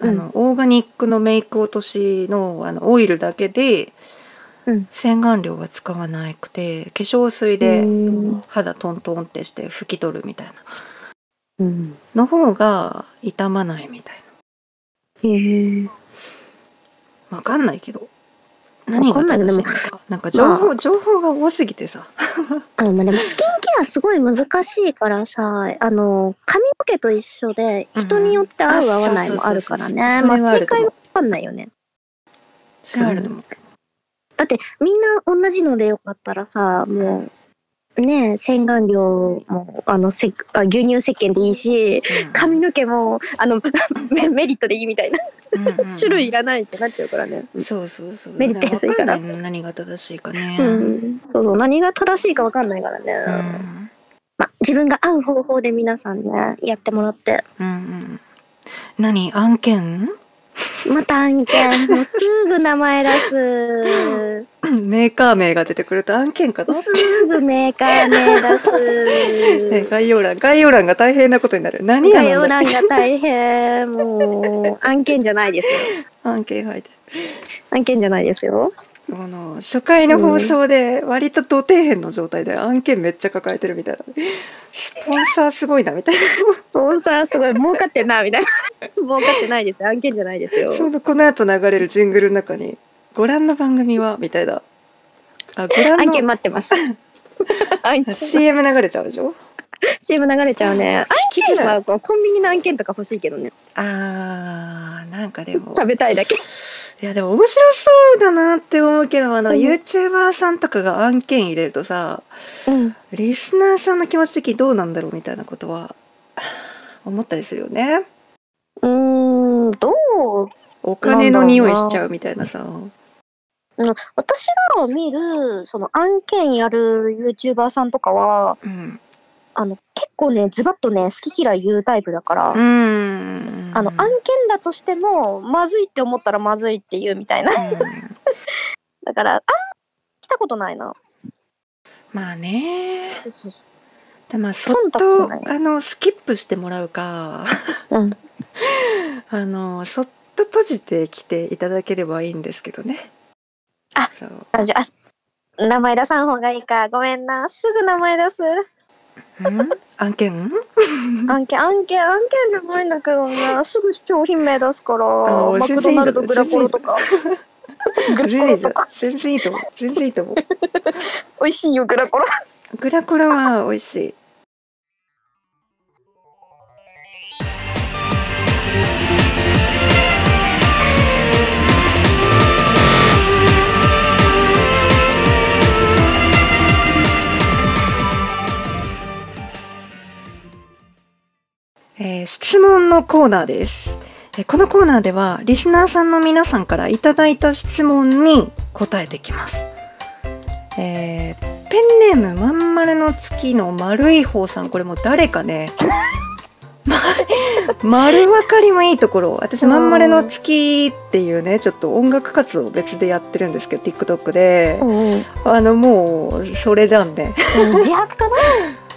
Speaker 1: あの、オーガニックのメイク落としのあのオイルだけで
Speaker 2: うん
Speaker 1: 洗顔料は使わなくて化粧水で
Speaker 2: うん
Speaker 1: 肌トントンってして拭き取るみたいな
Speaker 2: うん。
Speaker 1: の方が傷まないみたい
Speaker 2: へえ。
Speaker 1: なわかんないけど何が
Speaker 2: わかんないけ
Speaker 1: 正し
Speaker 2: ど
Speaker 1: い
Speaker 2: で
Speaker 1: の
Speaker 2: も
Speaker 1: かなんか情報、
Speaker 2: ま
Speaker 1: 情報が多すぎてさ
Speaker 2: あまあでもスキンケアすごい難しいからさ、あの、髪の毛と一緒で
Speaker 1: うん
Speaker 2: 人によって合う合わないもあるから
Speaker 1: あそうそうそ
Speaker 2: ね。まあ
Speaker 1: うそうそれはあ
Speaker 2: 正
Speaker 1: ると思
Speaker 2: 解
Speaker 1: う
Speaker 2: わかんないよね。
Speaker 1: それはあると思う、
Speaker 2: だってみんな同じのでよかったらさ、もう、ねえ洗顔料も、あの、せあ牛乳石鹸でいいし、
Speaker 1: うん
Speaker 2: 髪の毛も、あの、 メメリットでいいみたいな。
Speaker 1: うんうんうん
Speaker 2: 種類いらないってなっちゃうからね。
Speaker 1: そうそうそう。
Speaker 2: メリット安いから
Speaker 1: わんないの何が正しいかね。
Speaker 2: う。ん、そうそう何が正しいかわかんないからね、
Speaker 1: うん。
Speaker 2: まあ、自分が合う方法で皆さんねやってもらって
Speaker 1: うんうん。何案件？
Speaker 2: また案件もうすぐ名前出 す
Speaker 1: メーカー名が出てくると案件かと。
Speaker 2: すぐメーカー
Speaker 1: え
Speaker 2: 名 出す
Speaker 1: 概要欄概要欄が大変なことになる。何や
Speaker 2: 概要
Speaker 1: なんだ
Speaker 2: 欄が大変もう案件じゃないですよ
Speaker 1: 案件入って。
Speaker 2: 案件じゃないですよ
Speaker 1: この初回の放送で割と土底辺の状態で案件めっちゃ抱えてるみたいなスポンサーすごいなみたい
Speaker 2: スポンサーすごい儲かってんなみたいな 儲かってないです案件じゃないですよ
Speaker 1: なそのこの後流れるジングルの中に「ご覧の番組は?」みたいなあご覧
Speaker 2: 案件
Speaker 1: の
Speaker 2: 待ってます 案件
Speaker 1: CM 流れちゃうでしょ
Speaker 2: CM 流れちゃうね案
Speaker 1: 聞きづ
Speaker 2: 件
Speaker 1: らい
Speaker 2: はこうコンビニの案件とか欲しいけどね
Speaker 1: あーなんかでも
Speaker 2: 食べたいだけ
Speaker 1: いやでも面白そうだなって思うけどあの、
Speaker 2: うん
Speaker 1: YouTuber さんとかが案件入れるとさ
Speaker 2: うん
Speaker 1: リスナーさんの気持ち的にどうなんだろうみたいなことは思ったりするよね
Speaker 2: うーんどう
Speaker 1: お金の匂いしちゃうみたいなさ
Speaker 2: うん私が見るその案件やる YouTuber さんとかは
Speaker 1: うん
Speaker 2: あの結構ねズバッとね好き嫌い言うタイプだから、
Speaker 1: うん
Speaker 2: あの案件だとしてもまずいって思ったらまずいって言うみたいな
Speaker 1: うん
Speaker 2: だからあん来たことないな
Speaker 1: まあね
Speaker 2: そうそうそ
Speaker 1: でまあそっ
Speaker 2: 忖度
Speaker 1: と
Speaker 2: しな
Speaker 1: あのスキップしてもらうか
Speaker 2: ううん
Speaker 1: あのそっと閉じてきていただければいいんですけどね
Speaker 2: あ
Speaker 1: そう
Speaker 2: ラジオあ名前出さん方がいいかごめんなすぐ名前出す
Speaker 1: うん案件
Speaker 2: 案件案件案件じゃないんだけどなすぐ商品名出すから
Speaker 1: あー
Speaker 2: マクドナルドグラコロとかグラコ
Speaker 1: 全然いいじ
Speaker 2: ロ
Speaker 1: ゃ
Speaker 2: と
Speaker 1: ん
Speaker 2: か
Speaker 1: 全然いいと思う全然いいと思う
Speaker 2: 美味しいよグラコロ
Speaker 1: グラコロは美味しいえー質問のコーナーです。えーこのコーナーではリスナーさんの皆さんからいただいた質問に答えてきます。えーペンネームまんまるの月の丸い方さんこれもう誰かね ま丸分かりもいいところ私まんまるの月っていうねちょっと音楽活動を別でやってるんですけど TikTok であのもうそれじゃんね
Speaker 2: 自白か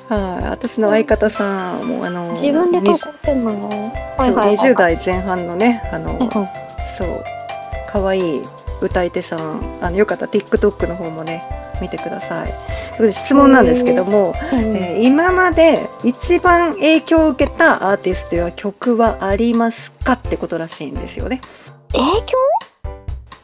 Speaker 2: な
Speaker 1: はい私の相方さんもうあの
Speaker 2: 自分で投稿
Speaker 1: 20
Speaker 2: してんの
Speaker 1: そう20
Speaker 2: 代
Speaker 1: 代前半のねあのそう可愛い歌い手さんあのよかったら TikTok の方もね見てください。ということで質問なんですけども、えー今まで一番影響を受けたアーティストや曲はありますかってことらしいんですよね。
Speaker 2: 影響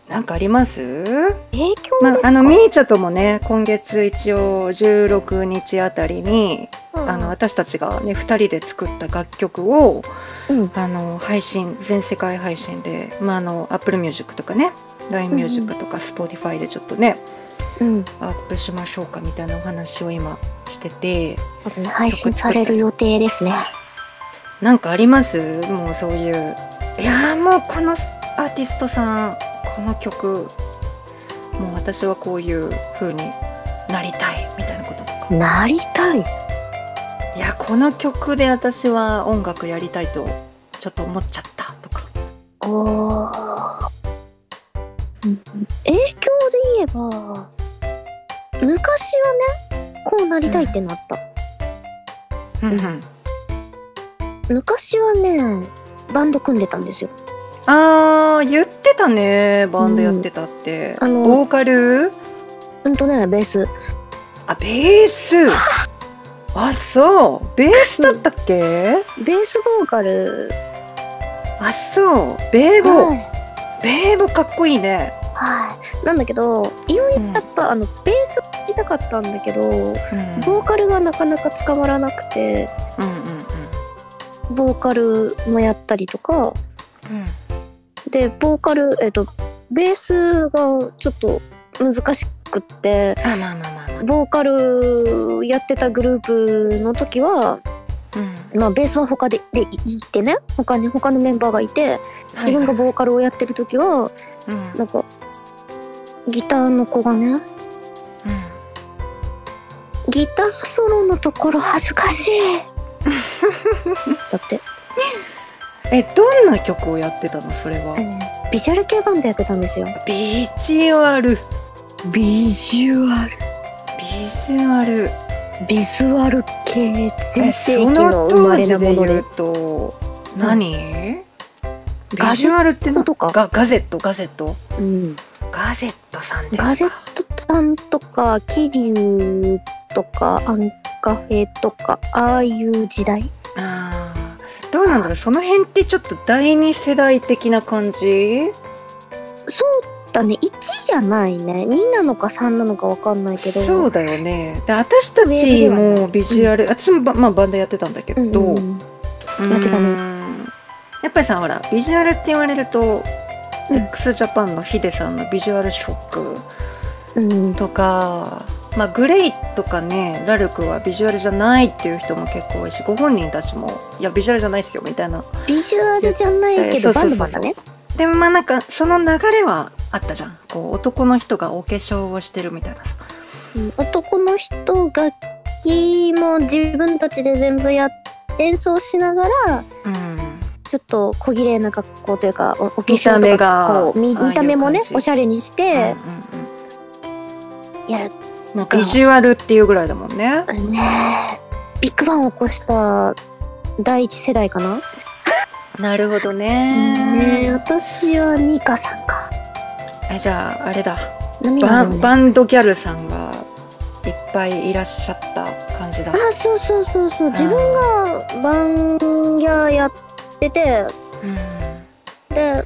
Speaker 1: なんかあります？
Speaker 2: 影響ですか、
Speaker 1: まああのみーちゃともね今月一応16日あたりに、
Speaker 2: うん
Speaker 1: あの私たちがね二人で作った楽曲を
Speaker 2: うん
Speaker 1: あの配信全世界配信で、まあ、あの Apple Music とかね LINE
Speaker 2: うんうん
Speaker 1: Music とか Spotify でちょっとね、
Speaker 2: うん
Speaker 1: アップしましょうかみたいなお話を今してて
Speaker 2: あとね配信される予定ですね
Speaker 1: なんかありますもうそういういやーもうこのアーティストさんこの曲もう私はこういう風になりたいみたいなこととか
Speaker 2: なりたい
Speaker 1: いやこの曲で私は音楽やりたいとちょっと思っちゃったとか
Speaker 2: おーうん影響で言えば昔はねこうなりたいってなった、
Speaker 1: うんん
Speaker 2: 昔はねバンド組んでたんですよ
Speaker 1: あー言ってたねバンドやってたって、
Speaker 2: うんあの
Speaker 1: ボーカル
Speaker 2: ほんとねベース
Speaker 1: あベースあそうベースだったっけ
Speaker 2: ベースボーカル
Speaker 1: あそうベーボ、
Speaker 2: はい、
Speaker 1: ベーボかっこいいね
Speaker 2: はい、なんだけどいろいろやった、あのベースやりたかったんだけど
Speaker 1: うん
Speaker 2: ボーカルがなかなか捕まらなくて
Speaker 1: うんうんうん
Speaker 2: ボーカルもやったりとかでボーカルえっ、とベースがちょっと難しくって
Speaker 1: あまあまあまあまあ
Speaker 2: ボーカルやってたグループの時は、
Speaker 1: うん
Speaker 2: まあ、ベースは他ででいいってね他に他のメンバーがいて自分がボーカルをやってる時は
Speaker 1: うんうん
Speaker 2: なんかギターの子がねギターソロのところ恥ずか しいだって
Speaker 1: えどんな曲をやってたのそれは
Speaker 2: あのビジュアル系バンドやってたんですよ
Speaker 1: ビジュアルビ
Speaker 2: ビジュアル
Speaker 1: ジュアル
Speaker 2: ビジュアル系
Speaker 1: え
Speaker 2: 全盛
Speaker 1: そ
Speaker 2: 期の
Speaker 1: の
Speaker 2: 生ま
Speaker 1: 当
Speaker 2: れ
Speaker 1: 時
Speaker 2: な
Speaker 1: で
Speaker 2: もの
Speaker 1: 言
Speaker 2: で
Speaker 1: うと何、ビ
Speaker 2: ガジ
Speaker 1: ジ
Speaker 2: ェ
Speaker 1: ュアルって
Speaker 2: ッ
Speaker 1: な
Speaker 2: トとか、
Speaker 1: ガガゼットガゼット
Speaker 2: うん、
Speaker 1: ガゼットさんですか
Speaker 2: ガジェットさんとか、キリュウとか、アンカフェとか、ああいう時代
Speaker 1: あーどうなんだろうその辺ってちょっと第二世代的な感じ
Speaker 2: そうだね、1じゃないね。2なのか3なのかわかんないけど。
Speaker 1: そうだよねで私たちもビジュアル、私もバ,、まあ、バンドやってたんだけど、
Speaker 2: うんうんんやってたね
Speaker 1: うんやっぱりさほらビジュアルって言われると、
Speaker 2: うん
Speaker 1: x ジャパンのヒデさんのビジュアルショック
Speaker 2: うん。
Speaker 1: とか、まあ、グレイとかねラルクはビジュアルじゃないっていう人も結構多いしご本人たちもいやビジュアルじゃないですよみたいな
Speaker 2: ビジュアルじゃないけ
Speaker 1: そう
Speaker 2: ど、
Speaker 1: そ
Speaker 2: バ
Speaker 1: うそ
Speaker 2: ンド
Speaker 1: う
Speaker 2: マンだね。
Speaker 1: でもまあなんかその流れはあったじゃんこう男の人がお化粧をしてるみたいなさ
Speaker 2: うん男の人、楽器も自分たちで全部や演奏しながら、
Speaker 1: うん
Speaker 2: ちょっと小綺麗な格好というか、おお化
Speaker 1: 見た
Speaker 2: 粧
Speaker 1: 目
Speaker 2: とか
Speaker 1: が
Speaker 2: こう見
Speaker 1: ああいう
Speaker 2: 見た目もね
Speaker 1: 感じ
Speaker 2: おしゃれにして
Speaker 1: うんうんうん
Speaker 2: やる
Speaker 1: もうビジュアルっていうぐらいだもんね
Speaker 2: ねえビッグバンを起こした第一世代かな、
Speaker 1: なるほど
Speaker 2: ねえ
Speaker 1: ね
Speaker 2: 私はミカさんか
Speaker 1: えじゃああれだバ
Speaker 2: 涙の
Speaker 1: ン
Speaker 2: ね
Speaker 1: バンドギャルさんがいっぱいいらっしゃった感じだ。
Speaker 2: あそうそうそうそう自分がバンギャやってて
Speaker 1: うん、
Speaker 2: で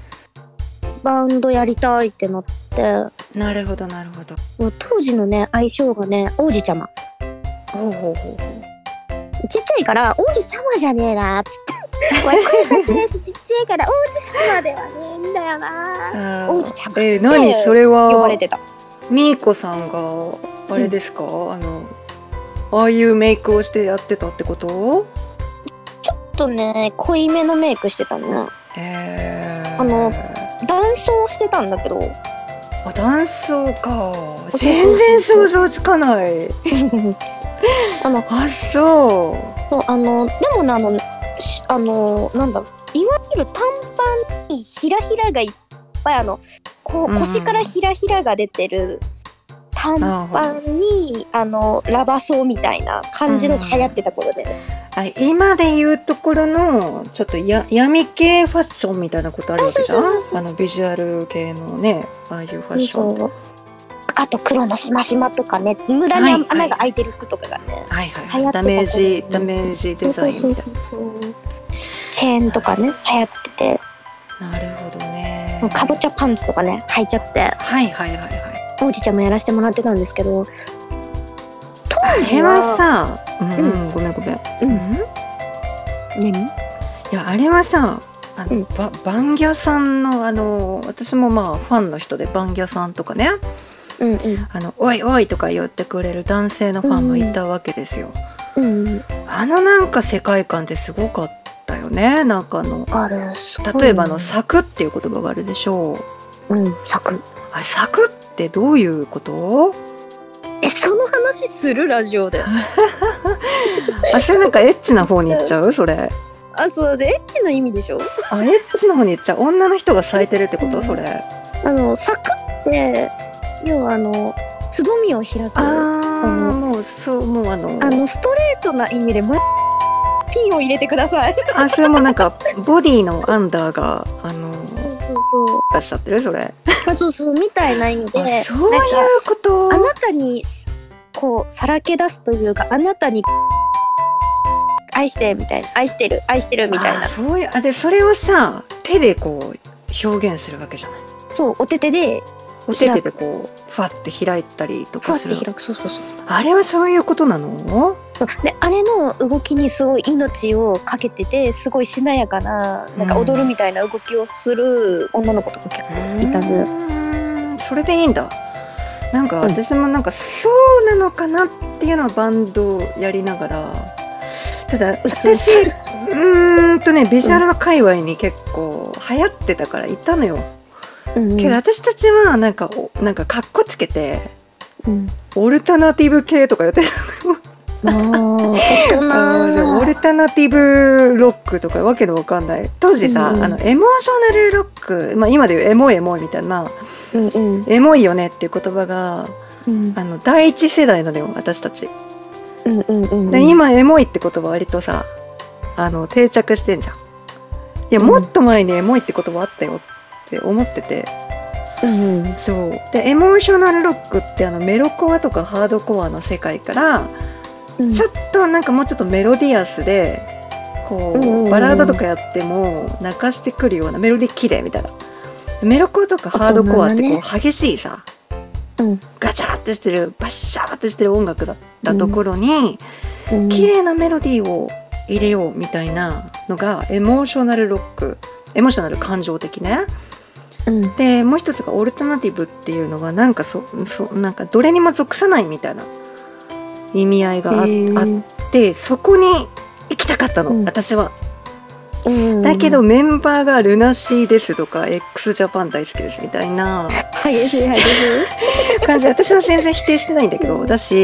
Speaker 2: バンドやりたいってなって
Speaker 1: なるほどなるほど。
Speaker 2: もう当時のね相性がね王子ちゃま
Speaker 1: ほうほうほうほ
Speaker 2: ちっちゃいから王子様じゃねえなっつってわかってないし ちっちゃいから王子様ではねえんだよ
Speaker 1: う。
Speaker 2: な
Speaker 1: あ
Speaker 2: 王
Speaker 1: ー
Speaker 2: 子ちゃま
Speaker 1: えー、何それ
Speaker 2: 呼ば
Speaker 1: は
Speaker 2: れてた
Speaker 1: みーこさんがあれですか、あのああいうメイクをしてやってたってこと？
Speaker 2: ちょっとね濃いめのメイクしてたの
Speaker 1: えー、
Speaker 2: あの男装してたんだけど
Speaker 1: あ男装か
Speaker 2: そうそうそう
Speaker 1: 全然想像つかない。
Speaker 2: あの
Speaker 1: あそう。
Speaker 2: そうあのでもねあのしあのなんだいわゆる短パンにひらひらがいっぱいあのこ
Speaker 1: うん
Speaker 2: 腰からひらひらが出てる短パンにあのラバソーみたいな感じのが流行ってた頃で、
Speaker 1: あ今で言うところのちょっとや闇系ファッションみたいなことあるわけじゃん
Speaker 2: あそうそうそうそう
Speaker 1: あのビジュアル系のねああいうファッションって
Speaker 2: そう赤と黒のしましまとかね無駄
Speaker 1: はいはい
Speaker 2: に穴が開いてる服とかがね、
Speaker 1: はいはい
Speaker 2: 流行
Speaker 1: はい
Speaker 2: ってた
Speaker 1: ダメージ
Speaker 2: 頃
Speaker 1: ダメージデザインみたい
Speaker 2: そうそうそうそうチェーンとかね流行ってて
Speaker 1: ななるほどね
Speaker 2: もうかぼち
Speaker 1: ゃ
Speaker 2: ゃパンツとかね履いちゃって
Speaker 1: はいはいはいはい
Speaker 2: 王子ちゃんもやらせてもらってたんですけど
Speaker 1: あ
Speaker 2: 当時
Speaker 1: れ
Speaker 2: は
Speaker 1: はさうん、うんごめんごめん、
Speaker 2: うん
Speaker 1: い
Speaker 2: 何
Speaker 1: やあれはさあの、
Speaker 2: うん
Speaker 1: ババンギャさんのあの私もまあファンの人でバンギャさんとかね
Speaker 2: うんうん
Speaker 1: あのおいおいとか言ってくれる男性のファンもいたわけですよ、
Speaker 2: うん
Speaker 1: あのなんか世界観ってすごかったよねなんかあの
Speaker 2: あれすごいね
Speaker 1: 例えばあの「咲く」っていう言葉があるでしょう
Speaker 2: うん作
Speaker 1: あれ咲くってどういうこと
Speaker 2: えその話するラジオで
Speaker 1: あそれなんかエッチな方に行っちゃうそれ
Speaker 2: あそうでエッチな意味でしょ
Speaker 1: あエッチな方に行っちゃう女の人が咲いてるってことそれ
Speaker 2: あの作って要はあのつぼみを開く
Speaker 1: あ
Speaker 2: あ
Speaker 1: ーもうそうもうあの
Speaker 2: のストレートな意味でまピンを入れてください
Speaker 1: あそれもなんかボディのアンダーがあの
Speaker 2: そうそうそう
Speaker 1: 出しちゃってるそれ
Speaker 2: あそうそうみたいな意味で
Speaker 1: あそうい
Speaker 2: なんか
Speaker 1: うこと
Speaker 2: あなたにこうさらけ出すというかあなたに愛してみたいな愛してる愛してるみたい
Speaker 1: あ
Speaker 2: な
Speaker 1: そういうあでそれをさ手でこう表現するわけじゃない
Speaker 2: そうお手手で
Speaker 1: お手手でこうファって開いたりと
Speaker 2: ふ
Speaker 1: か
Speaker 2: わっ
Speaker 1: す
Speaker 2: て
Speaker 1: る
Speaker 2: 開くそうそうそう
Speaker 1: あれはそういうことなの
Speaker 2: そうであれの動きにすごい命をかけててすごいしなやかななんか踊るみたいな動きをする女の子とか結構いた
Speaker 1: う
Speaker 2: の
Speaker 1: ーんそれでいいんだなんか
Speaker 2: うん
Speaker 1: 私もなんかそうなのかなっていうのはバンドをやりながらただ私
Speaker 2: う
Speaker 1: うーんとねビジュアルの界隈に結構流行ってたからいたのよ、
Speaker 2: うん
Speaker 1: けど私たちはなんかおなんかかっこつけて
Speaker 2: うん
Speaker 1: オルタナティブ系とか言って
Speaker 2: あー
Speaker 1: あ
Speaker 2: 大
Speaker 1: のオ
Speaker 2: 人
Speaker 1: ルタナティブロックとかわけのわかんない当時さ、
Speaker 2: うん
Speaker 1: あのエモーショナルロック、まあ、今で言うエモいエモいみたいな
Speaker 2: うんうん
Speaker 1: エモいよねっていう言葉が
Speaker 2: うん
Speaker 1: あの第一世代なのよ私たち
Speaker 2: うんうんうん
Speaker 1: で今エモいって言葉割とさあの定着してんじゃんいや
Speaker 2: うん
Speaker 1: もっと前にエモいって言葉あったよって思ってて
Speaker 2: うんうん
Speaker 1: そうでエモーショナルロックってあのメロコアとかハードコアの世界から
Speaker 2: うん
Speaker 1: ちょっとなんかもうちょっとメロディアスでこ
Speaker 2: うんうんう
Speaker 1: うんバラードとかやっても泣かしてくるようなメロディー綺麗みたいなメロコアとかハードコアって
Speaker 2: 大人
Speaker 1: こ
Speaker 2: だ
Speaker 1: う激しいさ
Speaker 2: うん
Speaker 1: ガチャってしてるバッシャーってしてる音楽だったところに
Speaker 2: うん
Speaker 1: 綺麗なメロディーを入れようみたいなのがエモーショナルロックエモーショナル感情的ね
Speaker 2: うん
Speaker 1: でもう一つがオルタナティブっていうのはなんかそそなんかどれにも属さないみたいな意味合いがあ,、
Speaker 2: へー
Speaker 1: あってそこに行きたかったの、
Speaker 2: うん
Speaker 1: 私は。
Speaker 2: うん
Speaker 1: だけどメンバーが「ルナシーです」とか「x ジャパン大好きです」みたいな
Speaker 2: 激しい激し
Speaker 1: 感じ私は全然否定してないんだけどだし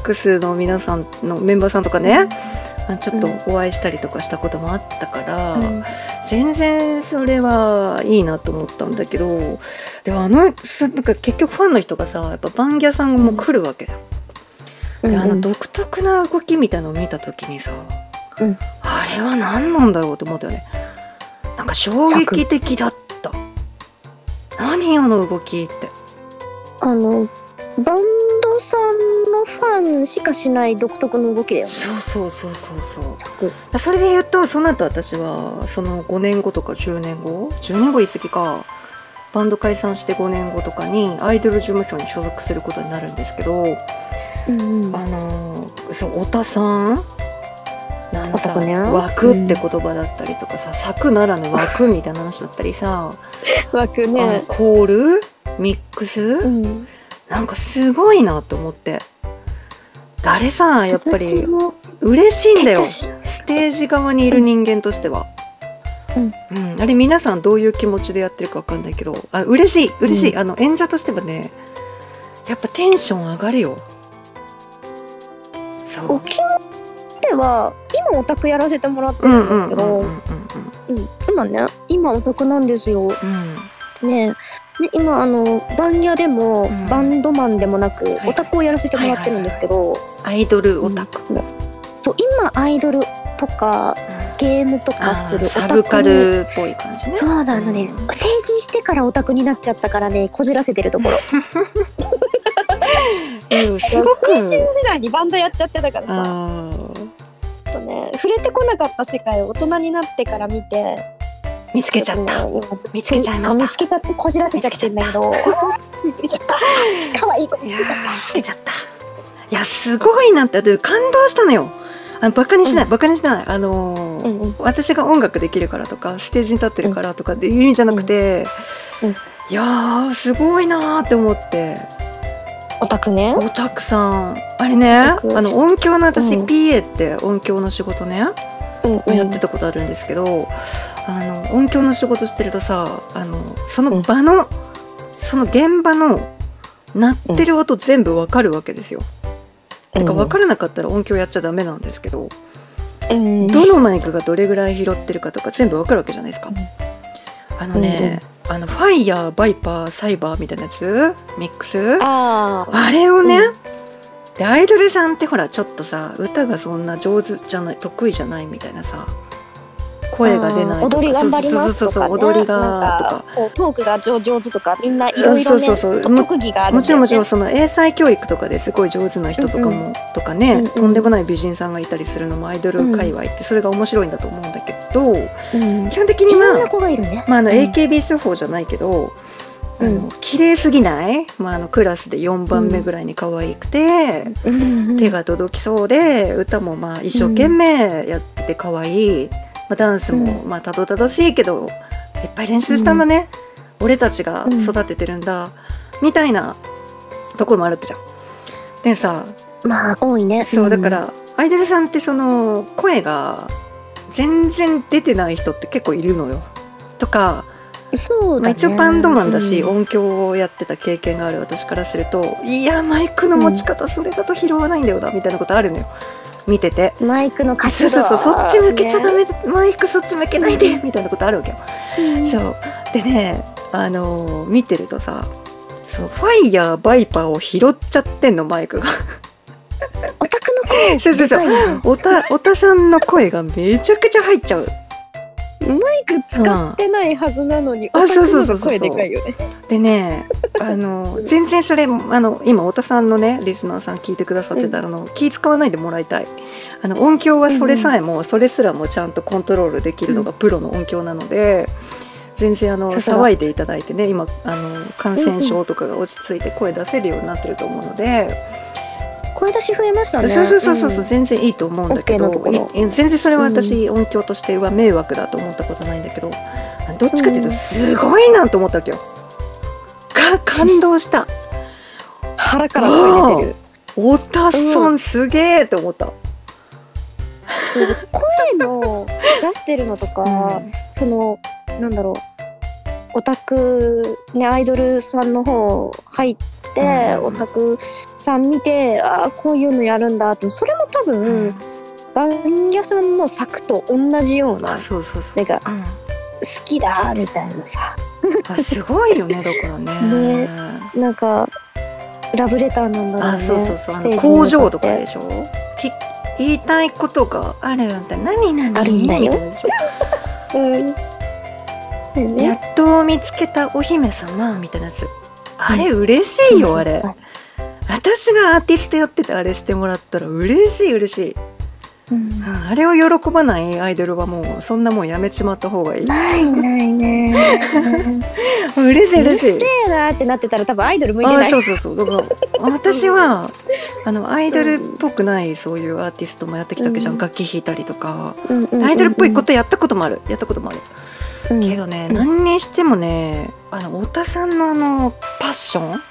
Speaker 1: X の皆さんのメンバーさんとかねあちょっとお会いしたりとかしたこと もあったから。
Speaker 2: い、うん
Speaker 1: 全然それはいいなと思ったんだけどでもあのすなんか結局ファンの人がさやっぱバンギャさんも来るわけだよ、であの独特な動きみたいのを見た時にさ、
Speaker 2: うん
Speaker 1: あれは何なんだろうと思ったよねなんか衝撃的だった何あの動きって
Speaker 2: あのバンドさんのファンしかしない独特の動きだよね
Speaker 1: そうそうそうそうそう
Speaker 2: 着
Speaker 1: それで言うとその後私はその5年後とか10年後10年後言い過ぎかバンド解散して5年後とかにアイドル事務所に所属することになるんですけど
Speaker 2: うんうん
Speaker 1: あのーそう太田さんなんかさ
Speaker 2: 男ね
Speaker 1: 枠って言葉だったりとかさ、柵ならぬ枠みたいな話だったりさ、
Speaker 2: 枠
Speaker 1: あのコールミックス、
Speaker 2: うん
Speaker 1: なんかすごいなと思って誰さやっぱ
Speaker 2: 私
Speaker 1: り
Speaker 2: も
Speaker 1: 嬉しいんだよ
Speaker 2: めっちゃ
Speaker 1: ステージ側にいる人間としては。
Speaker 2: うん
Speaker 1: うんあれ皆さんどういう気持ちでやってるかわかんないけどあ嬉しい嬉しい、
Speaker 2: う
Speaker 1: あの演者としてはねやっぱテンション上がるよ。そう
Speaker 2: お気持ちは今オタクやらせてもらって
Speaker 1: うん
Speaker 2: るん
Speaker 1: う
Speaker 2: で
Speaker 1: んう
Speaker 2: す
Speaker 1: んう
Speaker 2: け
Speaker 1: ん
Speaker 2: ど、
Speaker 1: うん
Speaker 2: うん今ね今オタクなんですよ
Speaker 1: うん
Speaker 2: ねで今あのバンギャでも、
Speaker 1: うん
Speaker 2: バンドマンでもなく、
Speaker 1: い
Speaker 2: オタクをやらせてもらってるんですけど、
Speaker 1: アイドルオタク、
Speaker 2: うんそう今アイドルとかゲームと
Speaker 1: あ
Speaker 2: かす
Speaker 1: ー
Speaker 2: る
Speaker 1: サ
Speaker 2: オ
Speaker 1: ブ
Speaker 2: タ
Speaker 1: カ
Speaker 2: クに
Speaker 1: ルっぽい感じね。
Speaker 2: そうなのね、
Speaker 1: うん
Speaker 2: 成人してからオタクになっちゃったからねこじらせてるところ
Speaker 1: うん すご
Speaker 2: 青春時
Speaker 1: く
Speaker 2: 代にバンドやっちゃってたからさ
Speaker 1: あー
Speaker 2: ちょっとね触れてこなかった世界を大人になってから見て
Speaker 1: 見つけちゃった
Speaker 2: ょっとね今
Speaker 1: 見つけちゃいま
Speaker 2: そう
Speaker 1: した
Speaker 2: 見つけちゃってこじらせちゃってんだけど見つけちゃった 可愛い子
Speaker 1: い
Speaker 2: 見
Speaker 1: や
Speaker 2: つ
Speaker 1: ー
Speaker 2: けちゃった
Speaker 1: つけちゃった。いや、すごいなって、で感動したのよ。あの、バカにしない、バカにしない。あのー
Speaker 2: うんうん
Speaker 1: 私が音楽できるからとか、ステージに立ってるからとかっていう意味じゃなくて、
Speaker 2: うんうん
Speaker 1: いやー、すごいなーって思って。
Speaker 2: オタクね
Speaker 1: オタクさん。あれね、あ
Speaker 2: オタク
Speaker 1: の、音響の私、
Speaker 2: うん
Speaker 1: PA って音響の仕事ね、
Speaker 2: うんうん
Speaker 1: やってたことあるんですけど、あの、音響の仕事してるとさ、あの、その場の、その現場の、鳴ってる音全部わかるわけですよ。なんか分からなかったら音響やっちゃダメなんですけど、
Speaker 2: うん
Speaker 1: どのマイクがどれぐらい拾ってるかとか全部分かるわけじゃないですか。あのね、あのファイヤーバイパーサイバーみたいなやつミックスあ
Speaker 2: ああ
Speaker 1: れをね、
Speaker 2: うん
Speaker 1: でアイドルさんってほらちょっとさ歌がそんな上手じゃない得意じゃないみたいなさ声が出ないとか
Speaker 2: 踊り頑張ります
Speaker 1: そうそうそ
Speaker 2: とか、ね、
Speaker 1: うそう踊り
Speaker 2: な
Speaker 1: が
Speaker 2: ん
Speaker 1: と
Speaker 2: か
Speaker 1: か
Speaker 2: こうトークが上上手とかみんないろい
Speaker 1: そ
Speaker 2: ろ
Speaker 1: う
Speaker 2: ね
Speaker 1: そうそう
Speaker 2: と特技がある
Speaker 1: も
Speaker 2: ん
Speaker 1: ち
Speaker 2: だ
Speaker 1: ろ
Speaker 2: よ
Speaker 1: んも
Speaker 2: ね
Speaker 1: ちろんその英才教育とかですごい上手な人とかも、
Speaker 2: うんう
Speaker 1: とかね、
Speaker 2: うんうん
Speaker 1: とんでもない美人さんがいたりするのもアイドル界隈ってそれが面白いんだと思うんだけど、
Speaker 2: うん
Speaker 1: 基本的
Speaker 2: い
Speaker 1: に
Speaker 2: ろんな
Speaker 1: は、
Speaker 2: 子がいるね
Speaker 1: まあ、あの
Speaker 2: うん
Speaker 1: AKB 手法じゃないけど、あ
Speaker 2: う
Speaker 1: の
Speaker 2: ん
Speaker 1: 綺麗すぎない、まあ、あのクラスで4番目ぐらいに可愛くて、
Speaker 2: うん
Speaker 1: 手が届きそうで歌もまあ一生懸命やってて可愛い、まあ、ダンスもまあたどたどしいけどいっぱい練習したんだね、俺たちが育ててるんだ、みたいなところもあるわけじゃん。でさ
Speaker 2: まあ多いね
Speaker 1: そうだか
Speaker 2: ん
Speaker 1: らアイドルさんってその声が全然出てない人って結構いるのよ。とか、
Speaker 2: そう
Speaker 1: まあ
Speaker 2: だね
Speaker 1: 一応バンドマンだし、
Speaker 2: うん
Speaker 1: 音響をやってた経験がある私からするといやマイクの持ち方それだと拾わないんだよな、みたいなことあるのよ見てて。
Speaker 2: マイクの歌
Speaker 1: そう
Speaker 2: 詞
Speaker 1: そうそうそっち向けちゃダメ、マイクそっち向けないでみたいなことあるわけよ。
Speaker 2: そ
Speaker 1: そうでねあのー見てるとさそのファイヤーバイパーを拾っちゃってんのマイクが。
Speaker 2: オタクの声
Speaker 1: そうそうそう
Speaker 2: でかいよね
Speaker 1: おたおたさんの声がめちゃくちゃ入っちゃう
Speaker 2: マイク使ってないはずなのに、
Speaker 1: うん
Speaker 2: お宅の
Speaker 1: あそうそうそうそう
Speaker 2: 声でかいよね。
Speaker 1: でねあの全然それあの今太田さんのねリスナーさん聞いてくださってたらあの、気使わないでもらいたいあの音響はそれさえも、それすらもちゃんとコントロールできるのがプロの音響なので。全然あの
Speaker 2: さすが
Speaker 1: 騒いでいただいてね今あの感染症とかが落ち着いて声出せるようになってると思うので、
Speaker 2: 声出し増えましたね。
Speaker 1: そうそうそうそうそう、
Speaker 2: ん
Speaker 1: 全然いいと思うんだけ
Speaker 2: OK のと
Speaker 1: ど
Speaker 2: ころ
Speaker 1: いい全然それは私、音響としては迷惑だと思ったことないんだけどあのどっちかっていう
Speaker 2: うん
Speaker 1: とすごいなと思ったわけよ。か感動した。
Speaker 2: 腹から声出てる。
Speaker 1: オタソンすげえと思った。
Speaker 2: 声の出してるのとか、そのなんだろうオタクねアイドルさんの方入って、
Speaker 1: うん
Speaker 2: オタクさん見てああこういうのやるんだってそれも多分、番屋さんの作と同じような
Speaker 1: あ
Speaker 2: 好
Speaker 1: そうそうそう。
Speaker 2: なんか
Speaker 1: うん
Speaker 2: きだみたいなさ
Speaker 1: あすごいよねだからね。
Speaker 2: ねなんかラブレターなんだろうね
Speaker 1: あそうそうそうあの
Speaker 2: ステージに
Speaker 1: 工
Speaker 2: 向か
Speaker 1: 場
Speaker 2: って
Speaker 1: とかでしょ。き言いたいことがあるんだ何何
Speaker 2: あるんだよ
Speaker 1: みたいなでしょ
Speaker 2: うんそうね
Speaker 1: やっと見つけたお姫様みたいなやつあれ嬉しいよあれ私がアーティストやっててあれしてもらったら嬉しい嬉しい、
Speaker 2: うん
Speaker 1: うんあれを喜ばないアイドルはもうそんなもんやめちまった方がいい
Speaker 2: ないない ね
Speaker 1: 嬉しいう
Speaker 2: る
Speaker 1: 嬉しい
Speaker 2: せえなってなってたら多分アイドル向いて
Speaker 1: あ
Speaker 2: ない
Speaker 1: そうそうそうだ から私はあのアイドルっぽくないそういうアーティストもやってきたわけじゃん、
Speaker 2: うん
Speaker 1: 楽器弾いたりとか、
Speaker 2: うんうんうんうん
Speaker 1: アイドルっぽいことやったこともあるやったこともある、
Speaker 2: うん
Speaker 1: けどね、何にしてもねあの太田さんのあのパッション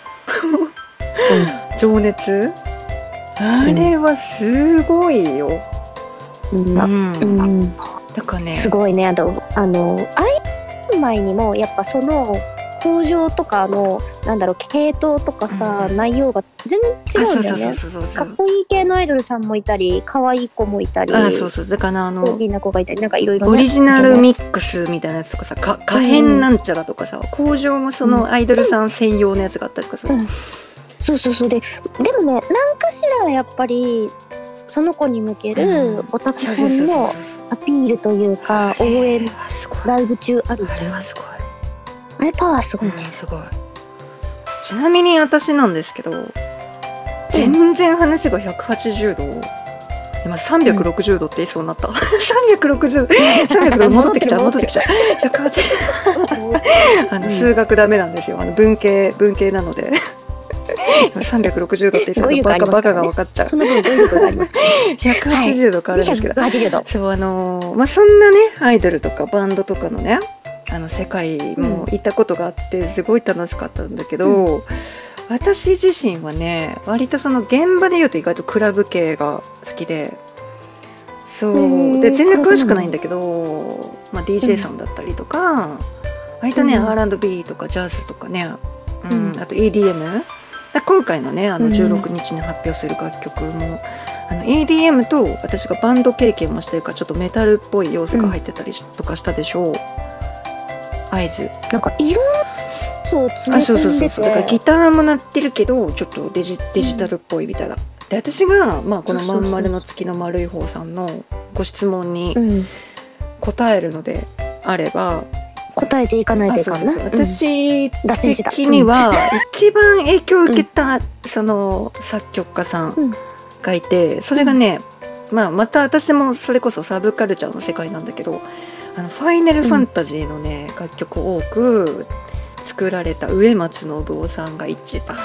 Speaker 1: 情熱あれはすごいよ、
Speaker 2: うんまあ
Speaker 1: うんだからね
Speaker 2: すごいねあのあのアイマイにもやっぱその工場とかのなんだろう系統とかさ、
Speaker 1: うん
Speaker 2: 内容が全然違うんだ
Speaker 1: あそ
Speaker 2: よ
Speaker 1: うそ
Speaker 2: ね
Speaker 1: うそうそうそ
Speaker 2: かっ
Speaker 1: う
Speaker 2: こいい系のアイドルさんもいたり可愛い子もいたり
Speaker 1: あそうそうだからあ
Speaker 2: 大
Speaker 1: の
Speaker 2: きな子がいたりなんかいろいろね
Speaker 1: オリジナルミックスみたいなやつとかさか可変なんちゃらとかさ工場もそのアイドルさん専用のやつがあったりとかさ、
Speaker 2: うんそうそうそうででもね何かしらやっぱりその子に向け
Speaker 1: う
Speaker 2: る
Speaker 1: ん
Speaker 2: オタク
Speaker 1: そう
Speaker 2: さ
Speaker 1: そうんそう
Speaker 2: の
Speaker 1: そう
Speaker 2: アピールというか応援
Speaker 1: あれはすごい
Speaker 2: ライブ中ある
Speaker 1: あれはすごい
Speaker 2: あれパワー すごいね
Speaker 1: うん、すごいちなみに私なんですけど全然話が180度今360度って言いそうにな った、360度360度戻ってきちゃう戻ってきちゃう180あの、
Speaker 2: うん
Speaker 1: 数学ダメなんですよあの文系文系なので 今360度って言いそう
Speaker 2: 語彙
Speaker 1: に
Speaker 2: 力
Speaker 1: な
Speaker 2: あ
Speaker 1: った
Speaker 2: りま
Speaker 1: バ
Speaker 2: すか
Speaker 1: カ
Speaker 2: ら
Speaker 1: が
Speaker 2: ね
Speaker 1: 分かっ ちゃう
Speaker 2: その分全力があります から
Speaker 1: 180度変わるんですけど、
Speaker 2: 280度。
Speaker 1: そうあのーまあ、そんなねアイドルとかバンドとかのねあの世界も行ったことがあってすごい楽しかったんだけど、私自身はね割とその現場で言うと意外とクラブ系が好きでそううんで全然詳しくないんだけど、まあ、DJ さんだったりとか、割とね、
Speaker 2: うん
Speaker 1: R&B とかジャズとかね、うん
Speaker 2: うん
Speaker 1: あと EDM あ今回のねあの
Speaker 2: うん
Speaker 1: 16日に発表する楽曲も、あの EDM と私がバンド経験もしてるからちょっとメタルっぽい要素が入ってたりしとかしたでしょう、合図
Speaker 2: なんかいろんなそう詰
Speaker 1: あ
Speaker 2: め
Speaker 1: そうそう
Speaker 2: 込
Speaker 1: そ
Speaker 2: ん
Speaker 1: う
Speaker 2: で
Speaker 1: そうだからギ
Speaker 2: て。
Speaker 1: ターも鳴ってるけどちょっとデジデジタルっぽいみたいな。で私が、まあ、この「まん丸の月の丸い方」さんのご質問に
Speaker 2: うん、
Speaker 1: 答えるのであれば、
Speaker 2: 答えていかないといかんな。
Speaker 1: あそうそうそう私
Speaker 2: 脱線してた
Speaker 1: 的には一番影響を受けた、その作曲家さ
Speaker 2: うん
Speaker 1: んがいて、それがね、まあ、また私もそれこそサブカルチャーの世界なんだけど「あのファイナルファンタジー」のね、楽曲を多く作られた上松信夫さんが一番か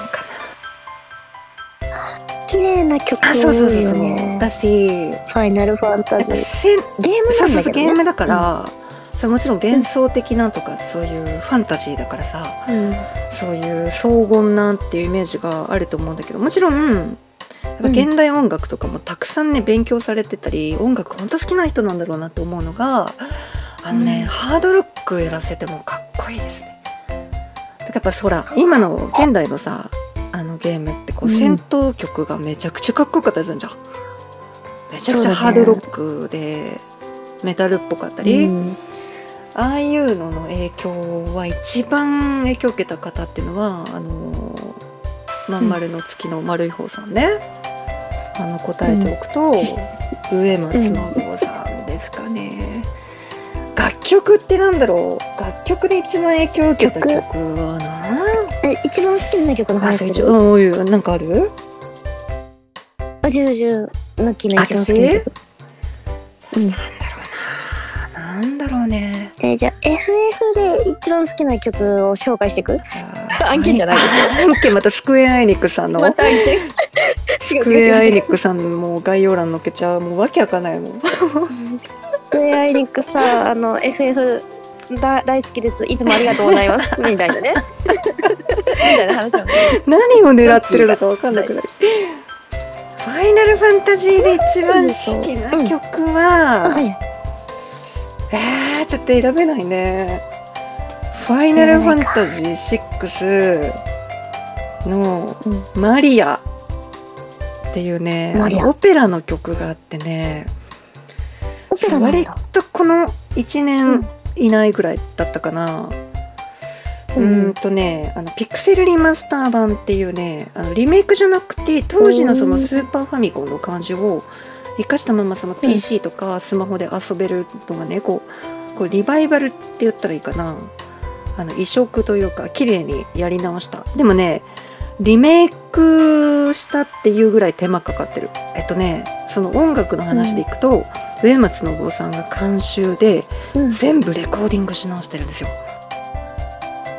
Speaker 2: うん綺麗な曲
Speaker 1: な。あそうそうそうそう、だし
Speaker 2: ファイナルファンタジー。
Speaker 1: せん
Speaker 2: ゲーム
Speaker 1: そう
Speaker 2: なん
Speaker 1: そう
Speaker 2: だ
Speaker 1: そう
Speaker 2: け
Speaker 1: ゲー
Speaker 2: ど
Speaker 1: ム
Speaker 2: ね。
Speaker 1: だから、そうもちろん幻想的なとか、そういうファンタジーだからさ、
Speaker 2: うん
Speaker 1: そういう荘厳なっていうイメージがあると思うんだけどもちろんやっぱ
Speaker 2: うん
Speaker 1: 現代音楽とかもたくさんね勉強されてたり音楽ほんと好きな人なんだろうなと思うのがあのね、
Speaker 2: うん
Speaker 1: ハードロックやらせてもかっこいいですね。だからやっぱそら今の現代のさあのゲームってこう
Speaker 2: うん
Speaker 1: 戦闘曲がめちゃくちゃかっこよかったりするじゃん。めちゃく
Speaker 2: そ
Speaker 1: ちゃ
Speaker 2: うだね
Speaker 1: ハードロックでメタルっぽかったり、
Speaker 2: うん
Speaker 1: ああいうのの影響は一番影響を受けた方っていうのはあのまん丸の月の丸い方さんね、あの答えておくと、上松信夫さんですかね、楽曲ってなんだろう楽曲で一番影響を受けた曲はな
Speaker 2: え、一番好きな曲の
Speaker 1: あそう
Speaker 2: 話す
Speaker 1: 一
Speaker 2: る。
Speaker 1: 応うんなんかある
Speaker 2: あ、ジュルジュの木の一番好きな曲。うん
Speaker 1: なんだろうね
Speaker 2: えーじゃあ FF で一番好きな曲を紹介していく
Speaker 1: 案
Speaker 2: 案件じゃないです
Speaker 1: 案件またスクエアエニックスさんの、
Speaker 2: た案 件
Speaker 1: スクエアエニックスさんも概要欄載っけちゃうもうわけわかんないもん
Speaker 2: スクエアエニックさあの FF だ大好きですいつもありがとうございま すみたいなねみたいな話を
Speaker 1: 何を狙ってるのかわかんなくなるファイナルファンタジーで一番好きな曲は、
Speaker 2: は
Speaker 1: えー、ちょっと選べないねファイナルファンタジー6の「マリア」っていうね
Speaker 2: マリア
Speaker 1: あのオペラの曲があってね
Speaker 2: オペラなん
Speaker 1: 割
Speaker 2: だ
Speaker 1: とこの1
Speaker 2: うん
Speaker 1: 年いないぐらいだったかな、う
Speaker 2: うん
Speaker 1: ーんとねあのピクセルリマスター版っていうねあのリメイクじゃなくて当時のその
Speaker 2: うん
Speaker 1: スーパーファミコンの感じを生かしたままその PC とかスマホで遊べるのがねこうこうリバイバルって言ったらいいかなあの移植というか綺麗にやり直したでもねリメイクしたっていうぐらい手間かかってるえっとねその音楽の話でいくと、植松信夫さんが監修で
Speaker 2: うん
Speaker 1: 全部レコーディングし直してるんですよ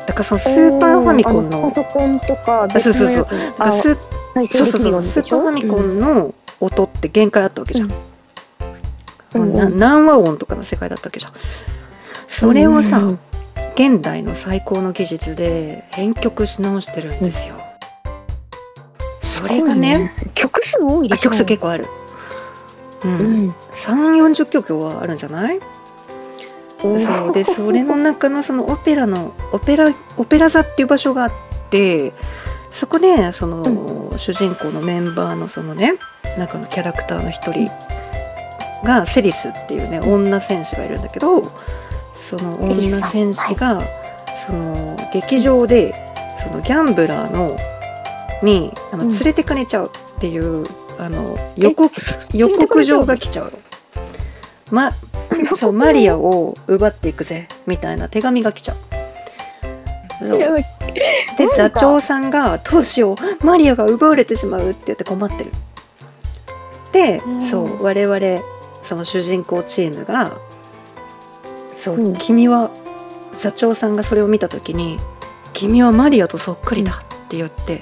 Speaker 1: だからそのスーパーファミコン
Speaker 2: あ
Speaker 1: の
Speaker 2: パソコンとか
Speaker 1: あそう
Speaker 2: 別
Speaker 1: そう
Speaker 2: の
Speaker 1: そ
Speaker 2: や
Speaker 1: う
Speaker 2: つに
Speaker 1: だからスー
Speaker 2: あ再生
Speaker 1: そう
Speaker 2: で
Speaker 1: そうそ
Speaker 2: きるよう
Speaker 1: う
Speaker 2: に
Speaker 1: ス
Speaker 2: で
Speaker 1: ー
Speaker 2: し
Speaker 1: パー
Speaker 2: ょ
Speaker 1: ファミコ
Speaker 2: うん
Speaker 1: ンの音って限界あったわけじゃん、
Speaker 2: うんうん
Speaker 1: な何和音とかの世界だったわけじゃんそれをさ、
Speaker 2: うん
Speaker 1: 現代の最高の技術で編曲し直してるんですよ、それがね
Speaker 2: 曲数多いで
Speaker 1: あ
Speaker 2: しょ
Speaker 1: 曲数結構あるうん、
Speaker 2: うん
Speaker 1: 3 4 0曲はあるんじゃないそうでそれの中のそのオペラのオペラオペラ座っていう場所があってそこでその、主人公のメンバーのそのね中のキャラクターの一人がセリスっていうね女戦士がいるんだけどその
Speaker 2: セリ
Speaker 1: 女
Speaker 2: スさん
Speaker 1: 戦士がその劇場でそのギャンブラーのにあの
Speaker 2: うん
Speaker 1: 連れてかれちゃうっていう、あの予告予告状が来ちゃうの。ま、 そうマリアを奪っていくぜみたいな手紙が来ちゃう。そう
Speaker 2: やばい
Speaker 1: で
Speaker 2: なんか
Speaker 1: 座長さんが「どうしようマリアが奪われてしまう」って言って困ってる。で、
Speaker 2: うん
Speaker 1: そう我々その主人公チームが「そう、
Speaker 2: うん
Speaker 1: 君は座長さんがそれを見た時に「君はマリアとそっくりだ」って言って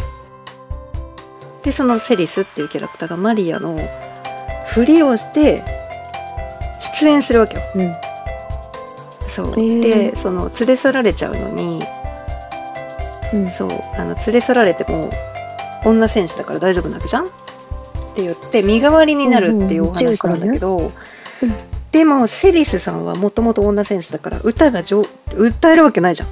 Speaker 1: でそのセリスっていうキャラクターがマリアのふりをして出演するわけよ。
Speaker 2: うん
Speaker 1: そう
Speaker 2: へえ
Speaker 1: でその連れ去られちゃうのに
Speaker 2: うん
Speaker 1: そうあの連れ去られても女選手だから大丈夫なわけじゃんって言って身代わりになるっていうお話なんだけど、
Speaker 2: うん
Speaker 1: でもセリスさんはもともと女選手だから歌が上歌えるわけないじゃん。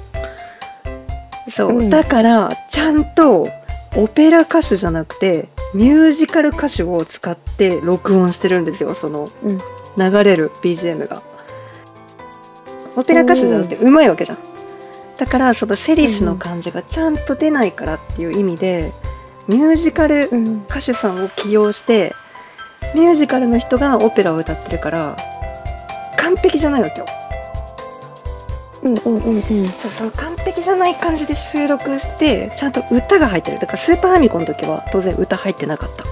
Speaker 1: そう、
Speaker 2: うん
Speaker 1: だからちゃんとオペラ歌手じゃなくてミュージカル歌手を使って録音してるんですよその、
Speaker 2: うん
Speaker 1: 流れる BGM が。オペラ歌手じゃなくてうまいわけじゃん。だからそのセリスの感じがちゃんと出ないからっていう意味で、ミュージカル
Speaker 2: うん
Speaker 1: 歌手さんを起用してミュージカルの人がオペラを歌ってるから完璧じゃないわけよ
Speaker 2: うんうんうんうん
Speaker 1: そうその完璧じゃない感じで収録してちゃんと歌が入ってるだからスーパーファミコンの時は当然歌入ってなかった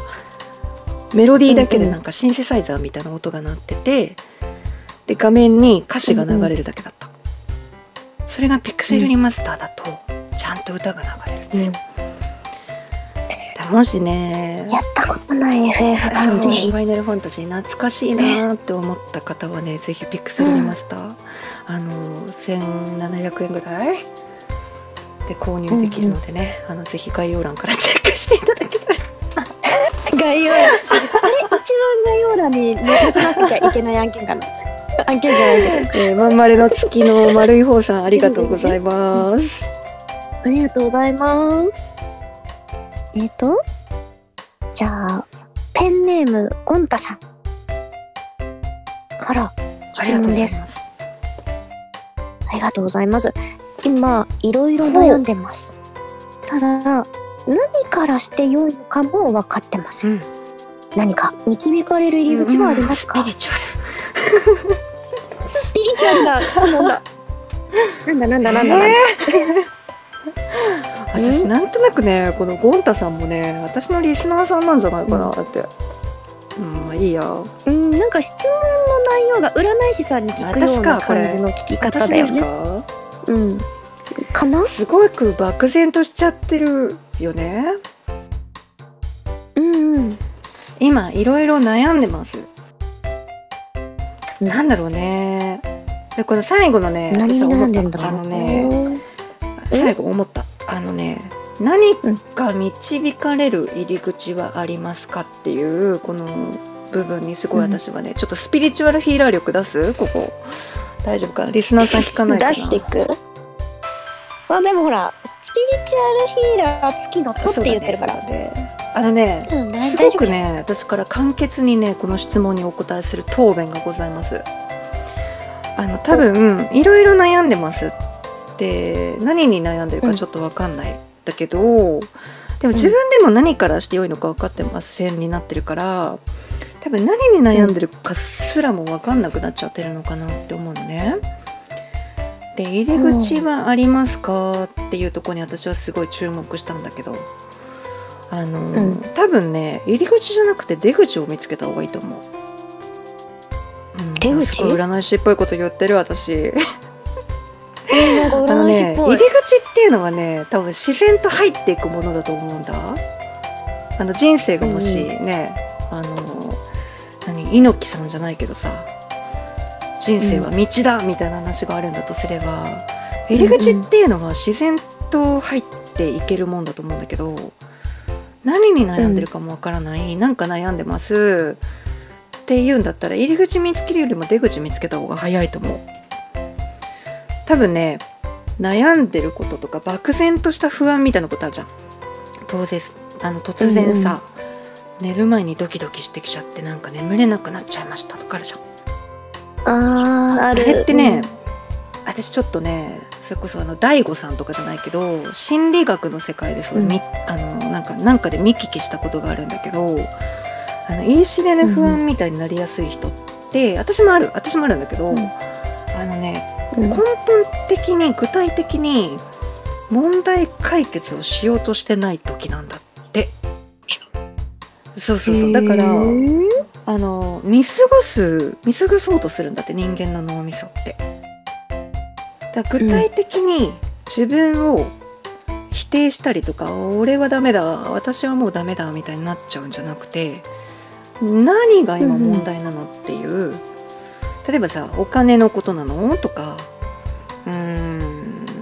Speaker 1: メロディーだけでなんかシンセサイザーみたいな音が鳴っててで画面に歌詞が流れるだけだった、それがピクセルリマスターだとちゃんと歌が流れるんですよ、だもしね
Speaker 2: やったことない FF
Speaker 1: そ
Speaker 2: 感
Speaker 1: う
Speaker 2: ぜ
Speaker 1: フ
Speaker 2: ひ
Speaker 1: ァイナルファンタジー懐かしいなーって思った方はねぜひピクセルリマスター、あの1700円ぐらいで購入できるのでね、あのぜひ概要欄からチェックしていただけたら
Speaker 2: 概要欄あれ一番概要欄に残さなきゃいけない案件かな案件じゃないけど
Speaker 1: えーまんまるの月の丸い方さんありがとうございます。
Speaker 2: ありがとうございますえっ、とじゃあペンネームゴンタさんから
Speaker 1: あり
Speaker 2: 質
Speaker 1: がとう
Speaker 2: 問
Speaker 1: ござい
Speaker 2: で
Speaker 1: ますす。
Speaker 2: ありがとうございます今いろいろ悩んでますただ何からして良いのかも分かってません
Speaker 1: うん、
Speaker 2: 何か導かれる入り口はありますか、
Speaker 1: スピリチュアル。
Speaker 2: すっぴりちゃんだ質問 だなんだなんだなんだなんだ、
Speaker 1: 私なんとなくねこのゴンタさんもね私のリスナーさんなんじゃないかなって、うん、まあいいや
Speaker 2: うんなんか質問の内容が占い師さんに聞くような
Speaker 1: 私かこれ
Speaker 2: 感じの聞き方
Speaker 1: 私
Speaker 2: だ
Speaker 1: で
Speaker 2: よ
Speaker 1: す
Speaker 2: ね
Speaker 1: か
Speaker 2: うんかな
Speaker 1: すごく漠然としちゃってるよね
Speaker 2: うんうん
Speaker 1: 今いろいろ悩んでますなんだろうねでこの最後のね
Speaker 2: 何に
Speaker 1: 私は
Speaker 2: 悩
Speaker 1: 思
Speaker 2: ん
Speaker 1: った
Speaker 2: でんだろう
Speaker 1: あのね最後思ったあのね何か導かれる入り口はありますかっていうこの部分にすごい私はね、ちょっとスピリチュアルヒーラー力出すここ大丈夫かなリスナーさん聞かないかな
Speaker 2: 出してくまあでもほらスピリチュアルヒーラー月のとって言ってるから
Speaker 1: そうだねそうだねあのね、
Speaker 2: うん大
Speaker 1: すご
Speaker 2: 大丈夫
Speaker 1: くね私から簡潔にねこの質問にお答えする答弁がございますあの多分いろいろ悩んでますって何に悩んでるかちょっとわかんない、だけどでも自分でも何からして良いのか分かってませんになってるから多分何に悩んでるかすらも分かんなくなっちゃってるのかなって思うのね。で入り口はありますかっていうところに私はすごい注目したんだけどあの、
Speaker 2: うん
Speaker 1: 多分ね入り口じゃなくて出口を見つけた方がいいと思う。うん
Speaker 2: 出口
Speaker 1: すごい占い師っぽいこと言ってる私。
Speaker 2: なんか
Speaker 1: あの
Speaker 2: 占い師
Speaker 1: ね入
Speaker 2: っぽ
Speaker 1: り
Speaker 2: い
Speaker 1: 口っていうのはね多分自然と入っていくものだと思うんだあの人生がもしね、あの何猪木さんじゃないけどさ人生は道だみたいな話があるんだとすれば、入り口っていうのは自然と入っていけるもんだと思うんだけど何に悩んでるかもわからない、なんか悩んでますっていうんだったら入り口見つけるよりも出口見つけた方が早いと思う多分ね悩んでることとか漠然とした不安みたいなことあるじゃん当然あの突然さ、寝る前にドキドキしてきちゃってなんか眠れなくなっちゃいましたとかあるじゃん
Speaker 2: あーあ
Speaker 1: あ
Speaker 2: る
Speaker 1: れってね、私ちょっとねそれこそあの大悟さんとかじゃないけど心理学の世界でそれみ、
Speaker 2: う
Speaker 1: あのなんかなんかで見聞きしたことがあるんだけどあのいい知れぬ不安みたいになりやすい人って、私もある私もあるんだけど、
Speaker 2: うん
Speaker 1: あのね
Speaker 2: うん
Speaker 1: 根本的に具体的に問題解決をしようとしてない時なんだって。そうそうそうだから、
Speaker 2: うん
Speaker 1: あの見過ごす見過ごそうとするんだって人間の脳みそって。だから具体的に自分を否定したりとか、俺はダメだ私はもうダメだみたいになっちゃうんじゃなくて何が今問題なのっていう、例えばさお金のことなのとかうー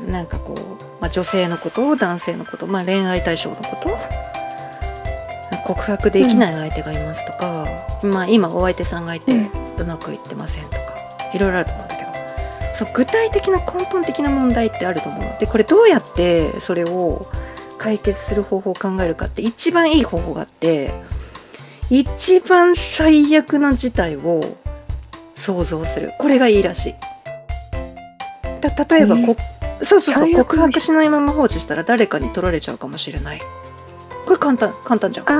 Speaker 1: んなんかこう、まあ、女性のこと男性のこと、まあ、恋愛対象のこと告白できない相手がいますとか、まあ、今お相手さんがいてうまくいってませんとかいろいろあると思うんだけどそう具体的な根本的な問題ってあると思うのでこれどうやってそれを解決する方法を考えるかって一番いい方法があって一番最悪の事態を想像するこれがいいらしい。た例えば
Speaker 2: えー
Speaker 1: こ、そうそうそう
Speaker 2: 最悪の
Speaker 1: 告白しないまま放置したら誰かに取られちゃうかもしれないこれ簡単簡単じゃん
Speaker 2: あ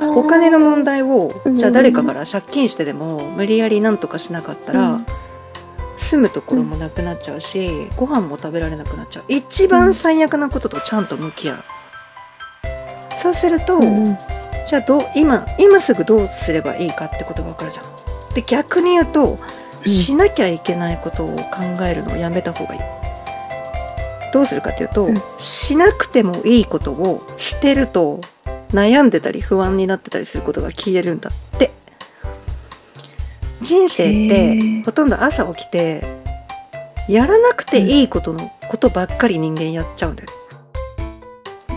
Speaker 2: ー
Speaker 1: お金の問題を
Speaker 2: うん
Speaker 1: じゃあ誰かから借金してでも無理やり何とかしなかった
Speaker 2: う
Speaker 1: ら
Speaker 2: ん
Speaker 1: 住むところもなくなっちゃうしご飯も食べられなくなっちゃう一番最悪なこととちゃんと向き合うそうすると
Speaker 2: うんうん
Speaker 1: じゃあどう今今すぐどうすればいいかってことが分かるじゃんで逆に言うと
Speaker 2: うん
Speaker 1: しなきゃいけないことを考えるのをやめた方がいいどうするかっていうと、
Speaker 2: うん
Speaker 1: しなくてもいいことを捨てると悩んでたり不安になってたりすることが消えるんだって人生っ
Speaker 2: へ
Speaker 1: て
Speaker 2: ー
Speaker 1: ほとんど朝起きてやらなくていいことのことばっかり人間やっちゃうんだよ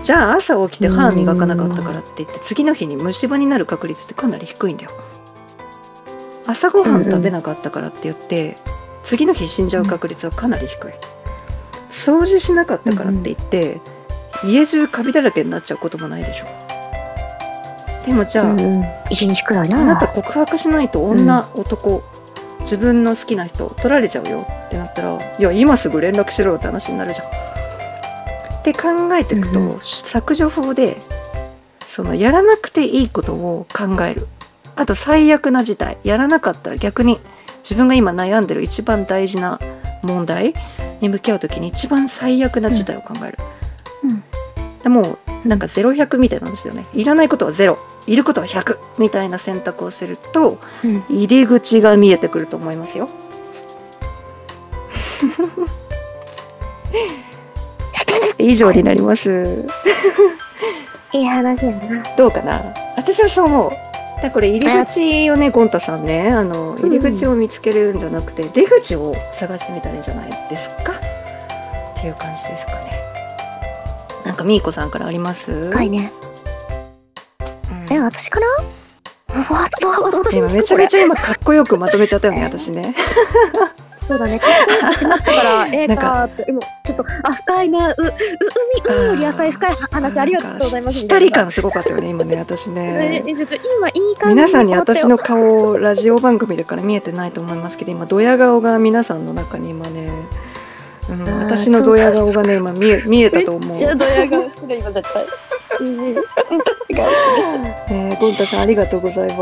Speaker 1: じゃあ朝起きて歯磨かなかったからって言って次の日に虫歯になる確率ってかなり低いんだよ朝ごはん食べなかったからって言って次の日死んじゃう確率はかなり低い掃除しなかったからって言って家中カビだらけになっちゃうこともないでしょでもじゃあ、
Speaker 2: うんうん一日くらいな
Speaker 1: あなた告白しないと女、男自分の好きな人取られちゃうよってなったらいや今すぐ連絡しろよって話になるじゃん。って考えていくと、
Speaker 2: うん
Speaker 1: 削除法でそのやらなくていいことを考えるあと最悪な事態やらなかったら逆に自分が今悩んでる一番大事な問題に向き合う時に一番最悪な事態を考える、
Speaker 2: うん
Speaker 1: でもうなんか0100みたいなんですよねいらないことは0いることは100みたいな選択をすると
Speaker 2: うん
Speaker 1: 入り口が見えてくると思います よ以上になります
Speaker 2: いい話やな。
Speaker 1: どうかな私はそう思うだからこれ入り口をねゴン太さんねあの入り口を見つけるんじゃなくて、出口を探してみたらいいんじゃないですかっていう感じですかねなんかみーこさんからあります、
Speaker 2: 深いね。
Speaker 1: うん
Speaker 2: え、私からわ、わ、わ、私
Speaker 1: 今めちゃめち
Speaker 2: ゃ。
Speaker 1: ゃ今かっこよくまとめちゃったよね私ね
Speaker 2: そうだね。ちょっとしまった から、ええ
Speaker 1: なんか
Speaker 2: かって。今、ちょっと、あ、深いな。う、う、う、海、海より浅い深い 話ありがとうございます。
Speaker 1: したり
Speaker 2: か。
Speaker 1: 感すごかったよね今ね私
Speaker 2: え
Speaker 1: ね
Speaker 2: えちょっと今いい感じ
Speaker 1: 皆さんに私の顔をラジオ番組だから見えてないと思いますけど今ドヤ顔が皆さんの中に今ね、うん、
Speaker 2: ー
Speaker 1: 私のドヤ顔がね今見え見えたと思
Speaker 2: め
Speaker 1: う
Speaker 2: っちゃドヤ顔してる今絶対。うんうん
Speaker 1: えー、ゴンタさんありがとうございます、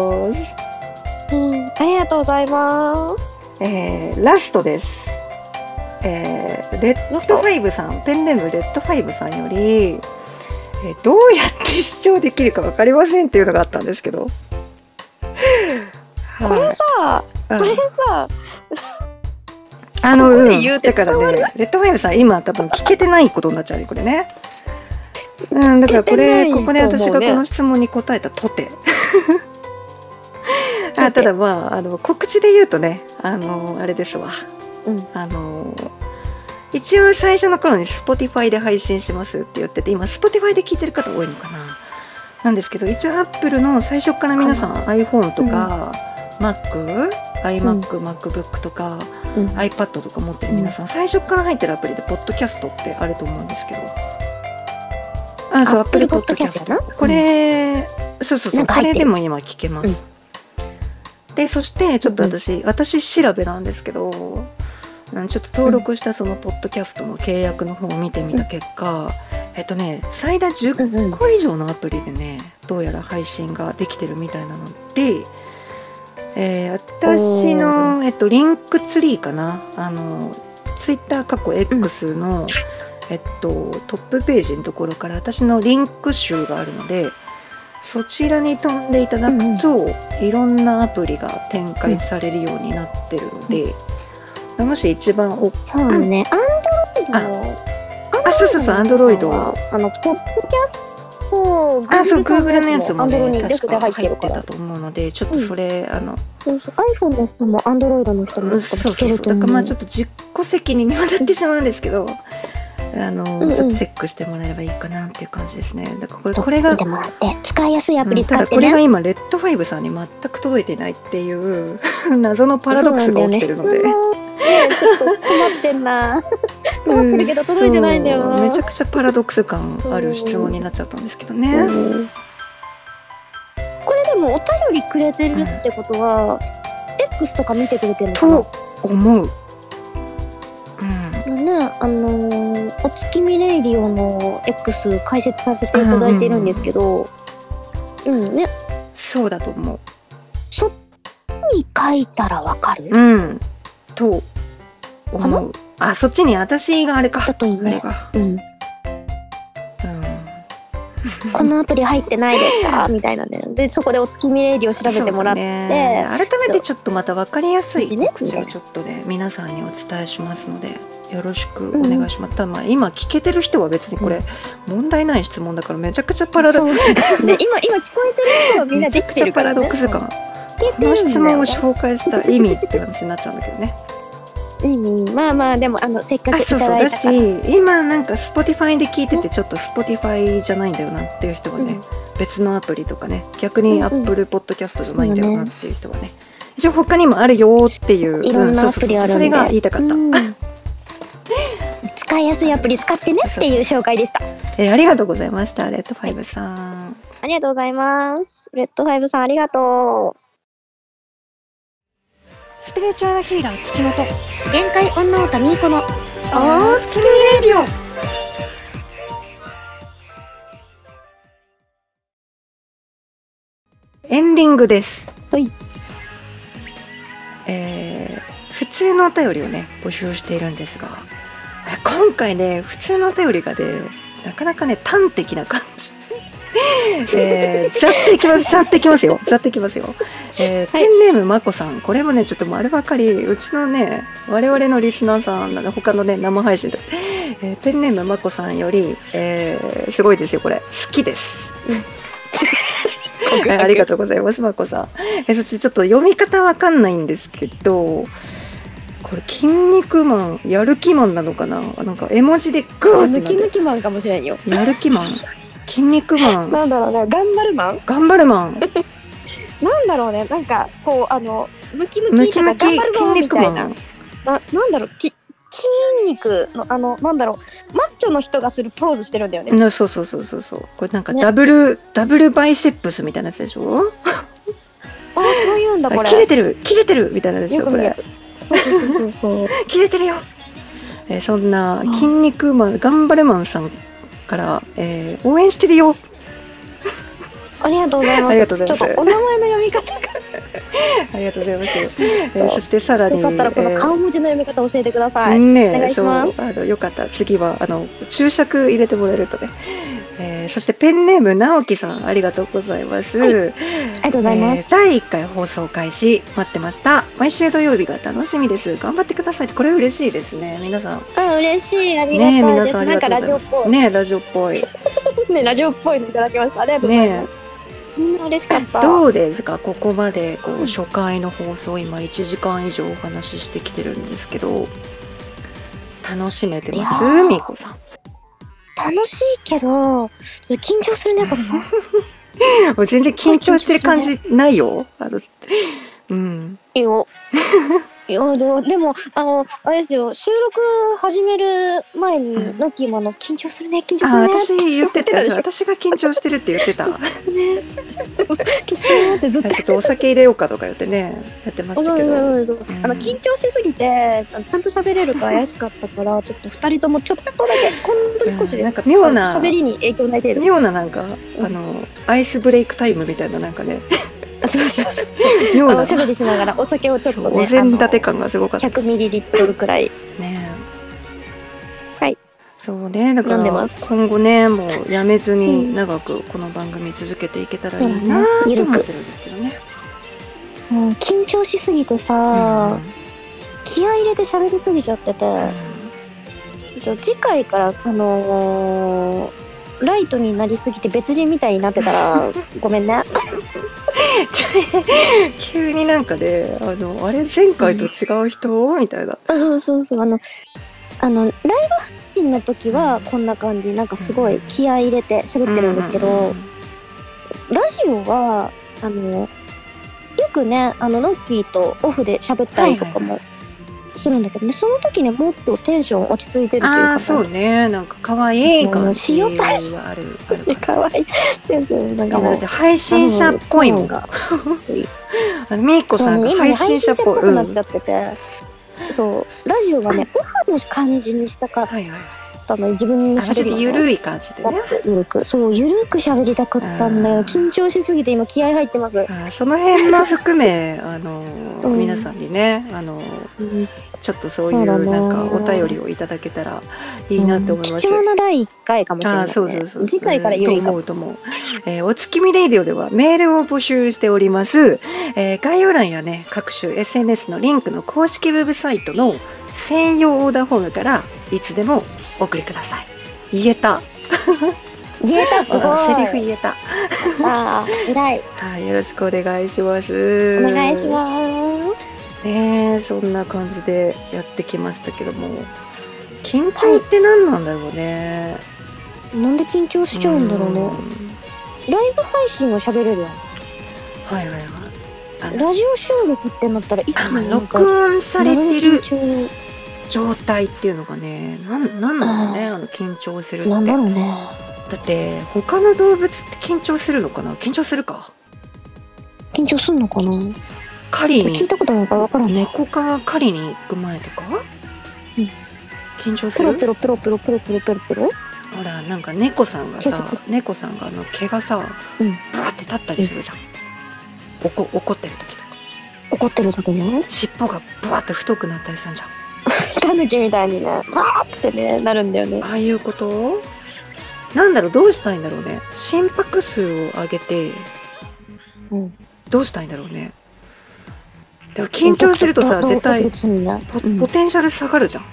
Speaker 2: うんありがとうございます。
Speaker 1: えー、ラストですえー、レッドファイブさんペンネームレッドファイブさんより、えーどうやって視聴できるかわかりませんっていうのがあったんですけど
Speaker 2: これ
Speaker 1: はい
Speaker 2: さ、
Speaker 1: うん
Speaker 2: これさ、
Speaker 1: あの、う
Speaker 2: で言
Speaker 1: ん、
Speaker 2: うて
Speaker 1: だからね、レッドファイブさん、今多分聞けてないことになっちゃうね、これね。うん、だからこれ、
Speaker 2: 聞けてないと思うね
Speaker 1: ここで私がこの質問に答えたと て。あただまあ、あの告知で言うとね、あの、あれですわ。
Speaker 2: うん
Speaker 1: あの、一応最初の頃に Spotify で配信しますって言ってて、今 Spotify で聞いてる方多いのかな。なんですけど、一応 Apple の最初から皆さん iPhone とか、Mac、iMac、MacBook とか、iPad とか持ってる皆さん、最初から入ってるアプリでポッドキャストってあると思うんですけどあそう
Speaker 2: Apple
Speaker 1: Apple Podcast
Speaker 2: Podcast な
Speaker 1: これ、そうそうそ
Speaker 2: な
Speaker 1: うん
Speaker 2: か
Speaker 1: こ
Speaker 2: 入
Speaker 1: れ
Speaker 2: ってる
Speaker 1: でも今聞けます、でそしてちょっと私、私調べなんですけどうんちょっと登録したそのポッドキャストの契約の方を見てみた結果、えっとね最大10
Speaker 2: うんうん
Speaker 1: 100個以上のアプリでねどうやら配信ができてるみたいなので、えー私の、えっと、リンクツリーかなあのツイッター過去 X の、えっと、トップページのところから私のリンク集があるのでそちらに飛んでいただくと、いろんなアプリが展開されるようになってるので、もし一番お
Speaker 2: そうだね。アンドロイドの。
Speaker 1: あそうそうそう Android
Speaker 2: あのポッドキャスト。
Speaker 1: あそう Google のやつも
Speaker 2: アンドロイ
Speaker 1: ね
Speaker 2: ド
Speaker 1: 確か入
Speaker 2: 入
Speaker 1: って
Speaker 2: ってるから
Speaker 1: た。と思うのでちょっとそれ、あの
Speaker 2: そうそう iPhone の人も Android の人も
Speaker 1: うんそう
Speaker 2: 聞
Speaker 1: そ
Speaker 2: け
Speaker 1: う
Speaker 2: る
Speaker 1: そう
Speaker 2: と
Speaker 1: だ
Speaker 2: 思
Speaker 1: か
Speaker 2: う。
Speaker 1: らまあちょっと自己責任にはなってしまうんですけどあの、
Speaker 2: うんうん
Speaker 1: ちょっとチェックしてもらえればいいかなっていう感じですねだからこれ
Speaker 2: ちょっと
Speaker 1: これが
Speaker 2: 見てもらって使いやすいアプ
Speaker 1: う
Speaker 2: リ
Speaker 1: んた
Speaker 2: 使
Speaker 1: だ
Speaker 2: って
Speaker 1: これ
Speaker 2: ね。
Speaker 1: が今レッドファイブさんに全く届いていないっていう謎のパラドックスが起きてるので
Speaker 2: そうなんだよね質問ねちょっと困って んな。
Speaker 1: う
Speaker 2: 困っ
Speaker 1: ん
Speaker 2: てるけど届いてないんだよな。
Speaker 1: そうめちゃくちゃパラドックス感ある質問になっちゃったんですけどね、
Speaker 2: うんこれでもお便りくれてるってことは、X とか見てくれてるのかな
Speaker 1: と思う、
Speaker 2: ね、あのーお月見レイディオの X 解説させていただいてるんですけど、うん、ね、
Speaker 1: うん、そうだと思う
Speaker 2: に書いたらわかる、
Speaker 1: うんと
Speaker 2: か
Speaker 1: 思
Speaker 2: な
Speaker 1: うあそっちに私があれか
Speaker 2: だといい
Speaker 1: あれ
Speaker 2: ね。
Speaker 1: が、
Speaker 2: うん、
Speaker 1: うん
Speaker 2: このアプリ入ってないですかみたいなね。で、そこでお月見レイディオ調べてもらって、
Speaker 1: そうだね改めてちょっとまた分かりやすい
Speaker 2: そうですね
Speaker 1: 告知をちょっとね皆さんにお伝えしますのでよろしくお願いします、ただまあ今聞けてる人は別にこれ問題ない質問だからめちゃくちゃパラ
Speaker 2: そ
Speaker 1: ド
Speaker 2: うね今、今聞こえてる人はみんな
Speaker 1: めちゃ
Speaker 2: でき
Speaker 1: く
Speaker 2: て
Speaker 1: ちゃ
Speaker 2: る
Speaker 1: パ
Speaker 2: から、
Speaker 1: ラド
Speaker 2: ね。
Speaker 1: ックス感
Speaker 2: 聞
Speaker 1: こ
Speaker 2: けてるんだよ
Speaker 1: の
Speaker 2: ね
Speaker 1: 質問を紹介したら意味って話になっちゃうんだけどね
Speaker 2: 意味まあまあでもあのせっか
Speaker 1: あ
Speaker 2: くい
Speaker 1: そう
Speaker 2: た
Speaker 1: そう
Speaker 2: だい
Speaker 1: だ
Speaker 2: た
Speaker 1: し
Speaker 2: から
Speaker 1: 今なんか Spotify で聞いててちょっと Spotify じゃないんだよなっていう人はね、
Speaker 2: うん
Speaker 1: 別のアプリとかね逆に
Speaker 2: うんうん
Speaker 1: Apple Podcast じゃないんだよなっていう人はね一応他にもあるよーっていう
Speaker 2: いろんな
Speaker 1: う
Speaker 2: ア
Speaker 1: う
Speaker 2: プ
Speaker 1: う
Speaker 2: リある
Speaker 1: そ
Speaker 2: んで、
Speaker 1: れが言いたかった、
Speaker 2: うん使いやすいアプリ使ってねっていう紹介でした
Speaker 1: えーありがとうございましたレッドファイブさん、
Speaker 2: ありがとうございますレッドファイブさんありがと
Speaker 1: スピリチュアルヒーラー月のと
Speaker 2: う限界女歌みーこの
Speaker 1: あー月見レディオエンディングです
Speaker 2: はい
Speaker 1: え普通のお便りをね募集しているんですが今回ね普通のお便りがねなかなかね端的な感 じ。えー、ざっていきますざっていきますよざっていきますよ、えー
Speaker 2: はい
Speaker 1: ペンネームまこさんこれもねちょっと丸ばかりうちのね我々のリスナーさんなの他のね生配信で、えーペンネームまこさんより、えーすごいですよこれ好き です はいありがとうございます、まこさん。えそしてちょっと読み方わかんないんですけど、これ、筋肉マン、やる気マンなのかななんか絵文字でグーって
Speaker 4: ム
Speaker 1: なっ
Speaker 4: キムキマンかもしれんよ。
Speaker 1: てやる気マン、筋 肉マン、
Speaker 4: なんだろうね、頑張るマン。
Speaker 1: 頑張るマン、
Speaker 4: なんだろうね、なんか、こう、あの、ムキム
Speaker 1: ム
Speaker 4: キ
Speaker 1: キ
Speaker 4: とか
Speaker 1: ムキ、
Speaker 4: 頑張る
Speaker 1: 筋
Speaker 4: ぞみ
Speaker 1: 肉
Speaker 4: たい
Speaker 1: マ
Speaker 4: な。
Speaker 1: ン。
Speaker 4: な、なんだろう、き、筋肉の、あの、なんだろう、マッチョの人がするポーズしてるんだよね。
Speaker 1: なそうそうそうそうそう。これなんかダブル、ダブルバイセップスみたいなやつでしょ
Speaker 4: あ、そういうんだ、これ。
Speaker 1: 切れてる切れてるみたいなやつでし
Speaker 4: よ
Speaker 1: ょ
Speaker 4: く見
Speaker 1: こ
Speaker 4: るや
Speaker 1: れ
Speaker 4: つ。そうそうそうそう。
Speaker 1: 切れてるよ、えーそんな「筋肉マン頑張れマン」さんから、えー応援してる よ
Speaker 4: ありがとうございます。
Speaker 1: ありがとうございます
Speaker 4: ちょっとお名前の読み方が。
Speaker 1: ありがとうございます、えーそしてさらに
Speaker 4: よかったら、この
Speaker 1: えー
Speaker 4: 顔文字の読み方教えてください。お願
Speaker 1: ね
Speaker 4: いし
Speaker 1: そう
Speaker 4: ます
Speaker 1: あのよかった次はあの注釈入れてもらえるとね、えーそしてペンネーム直樹さんありがとうございます、
Speaker 2: りがとうございます。
Speaker 1: えー第1回放送開始待ってました毎週土曜日が楽しみです頑張ってくださいこれ嬉しいですね皆さん
Speaker 2: あ、嬉しい。あり
Speaker 1: ね
Speaker 2: が
Speaker 1: 皆
Speaker 2: たいです。
Speaker 1: さんあり
Speaker 2: なん
Speaker 1: がと
Speaker 2: か
Speaker 1: うご
Speaker 2: ラ
Speaker 1: ざ
Speaker 2: ジ
Speaker 1: い
Speaker 2: オ
Speaker 1: ま
Speaker 2: っ
Speaker 1: す
Speaker 2: ぽ
Speaker 1: ね
Speaker 2: い。
Speaker 1: ラジオっぽい
Speaker 4: ね、ラジオっぽいのいただきました。ありがとうございます。
Speaker 1: ね
Speaker 4: みんな嬉しかった。
Speaker 1: どうですかここまでこ
Speaker 4: う
Speaker 1: うん初回の放送今1時間以上お話ししてきてるんですけど楽しめてます
Speaker 2: いやー
Speaker 1: みーこさん
Speaker 2: 楽しいけど、緊張するね。 やっぱ
Speaker 1: もう全然緊張してる感じないよあのうん
Speaker 2: いいよ。いやでもでもあのあれですよ収録始める前に
Speaker 1: うん
Speaker 2: ロッキーもあの緊張するね緊張す
Speaker 1: あ
Speaker 2: るね
Speaker 1: 私言って た
Speaker 2: でし ょ
Speaker 1: 私が緊張してるって言ってた
Speaker 2: 緊張するね緊張するねってずっと
Speaker 1: ちょっとお酒入れようかとか言ってねやってまし
Speaker 2: そ
Speaker 1: た
Speaker 2: う
Speaker 1: けど
Speaker 2: そうそうそうあの緊張しすぎてちゃんと喋れるか怪しかった からちょっと二人ともちょっとだけほんと少し
Speaker 1: うん
Speaker 2: で
Speaker 1: なん
Speaker 2: す
Speaker 1: か妙な
Speaker 2: 喋りに影響ない程度
Speaker 1: 妙ななんかあのアイスブレイクタイムみたいななんか ね
Speaker 2: そうそうそう
Speaker 1: 妙
Speaker 2: あの
Speaker 1: な
Speaker 2: おしゃべりしながらお酒をちょっ
Speaker 1: そ
Speaker 2: と
Speaker 1: う
Speaker 2: ね
Speaker 1: お膳立て感がすごかった
Speaker 2: 100ミリリットルくらい
Speaker 1: ねえ
Speaker 2: はい
Speaker 1: そうねだか
Speaker 2: 飲んで
Speaker 1: ら
Speaker 2: ます
Speaker 1: 今後ねもうやめず
Speaker 2: う
Speaker 1: に
Speaker 2: ん
Speaker 1: 長くこの番組続けていけたらい
Speaker 2: そうだ
Speaker 1: い
Speaker 2: ね
Speaker 1: なと
Speaker 2: ゆるく
Speaker 1: 思ってるんですけどね。
Speaker 2: うん緊張しすぎてさ気合い入れて喋りすぎちゃってて
Speaker 1: うん
Speaker 2: ちょ次回からあのーライトになりすぎて別人みたいになって たらごめんね
Speaker 1: 急になんかで、あのあれ前回と違う人、みたいな。
Speaker 2: あそうそうそうあのあのライブ配信の時はこんな感じなんかすごい気合い入れて喋ってるんですけど、ラジオはあのよくねあのロッキーとオフで喋ったりとかもするんだけどね、その時にもっとテンション落ち着いてるという
Speaker 1: あ
Speaker 2: か
Speaker 1: あそうねなんか可愛い感じはあるあるか
Speaker 2: かわいいちょちょな
Speaker 1: ら
Speaker 2: んか
Speaker 1: でも
Speaker 2: も
Speaker 1: だっ
Speaker 2: う
Speaker 1: て配信者っぽいもん。
Speaker 2: が
Speaker 1: あのみーこ
Speaker 2: そう
Speaker 1: さんが
Speaker 2: ね、今
Speaker 1: 配
Speaker 2: ね
Speaker 1: 信者っぽい。
Speaker 2: 配信者っぽく
Speaker 1: う
Speaker 2: なんっちゃってて、そうラジオはねオフの感じにしたかっ
Speaker 1: はいはい。
Speaker 2: たの自分の
Speaker 1: あちょ
Speaker 2: 喋
Speaker 1: っ
Speaker 2: り
Speaker 1: と
Speaker 2: を
Speaker 1: ゆ
Speaker 2: ね
Speaker 1: るい感じでね。
Speaker 2: ゆるくそうゆるく喋りたかったんだ
Speaker 1: う
Speaker 2: よ
Speaker 1: ん
Speaker 2: 緊張しすぎて今気合入ってます、
Speaker 1: あーその辺も含めあの、
Speaker 2: うん
Speaker 1: 皆さんにねあの
Speaker 2: うん
Speaker 1: ちょっとそうい
Speaker 2: そうだ
Speaker 1: う
Speaker 2: ね
Speaker 1: なんかお便りをいただけたらいいなって思います。
Speaker 2: 貴重な第一回かもしれない、
Speaker 1: あ
Speaker 2: ね、
Speaker 1: ーそうそうそう
Speaker 2: 次回からゆるい
Speaker 1: うんと
Speaker 2: か
Speaker 1: 思
Speaker 2: も
Speaker 1: うと思う、えーお月見レイディオではメールを募集しております、えー概要欄やね各種 SNS のリンクの公式ウェブサイトの専用オーダーフォームからいつでもお送りください言えた
Speaker 2: 言えたすごい
Speaker 1: あセリフ言えた
Speaker 2: あー偉い
Speaker 1: はいよろしくお願いします
Speaker 2: お願いします
Speaker 1: ねえそんな感じでやってきましたけども緊張って何なんだろうね、
Speaker 2: なんで緊張しちゃうんだろうねライブ配信は喋れるやん
Speaker 1: はいはいはいあの
Speaker 2: ラジオ収録ってなったら一気
Speaker 1: あまあ
Speaker 2: になんか
Speaker 1: 録音されてる
Speaker 2: 謎の緊張
Speaker 1: 状態っていうのがねなんなんなんだろうねあの緊張するって
Speaker 2: なんだろうね。
Speaker 1: だって他の動物って緊張するのかな緊張するか
Speaker 2: 緊張すんのかな。
Speaker 1: 狩りに
Speaker 2: 聞いたことないからわからんね。
Speaker 1: 猫から狩りに行く前とか、
Speaker 2: うん
Speaker 1: 緊張す
Speaker 2: ペロペ
Speaker 1: る
Speaker 2: ロペロペロペロペロペロペロ。
Speaker 1: ほらなんか猫さんが
Speaker 2: 毛
Speaker 1: さ
Speaker 2: づ
Speaker 1: 猫さんがあの毛がさ
Speaker 2: うん
Speaker 1: ブワって立ったりするじゃん、おこ怒ってる時とか
Speaker 2: 怒ってる時ね
Speaker 1: 尻尾がブワって太くなったりするじゃん
Speaker 4: タヌキみたいにねわーってねなるんだよね
Speaker 1: ああいうことなんだろうどうしたいんだろうね心拍数を上げて
Speaker 2: うん
Speaker 1: どうしたいんだろうねでも緊張するとさ絶対
Speaker 2: 別にね
Speaker 1: ポ
Speaker 2: うん
Speaker 1: ポテンシャル下がるじゃん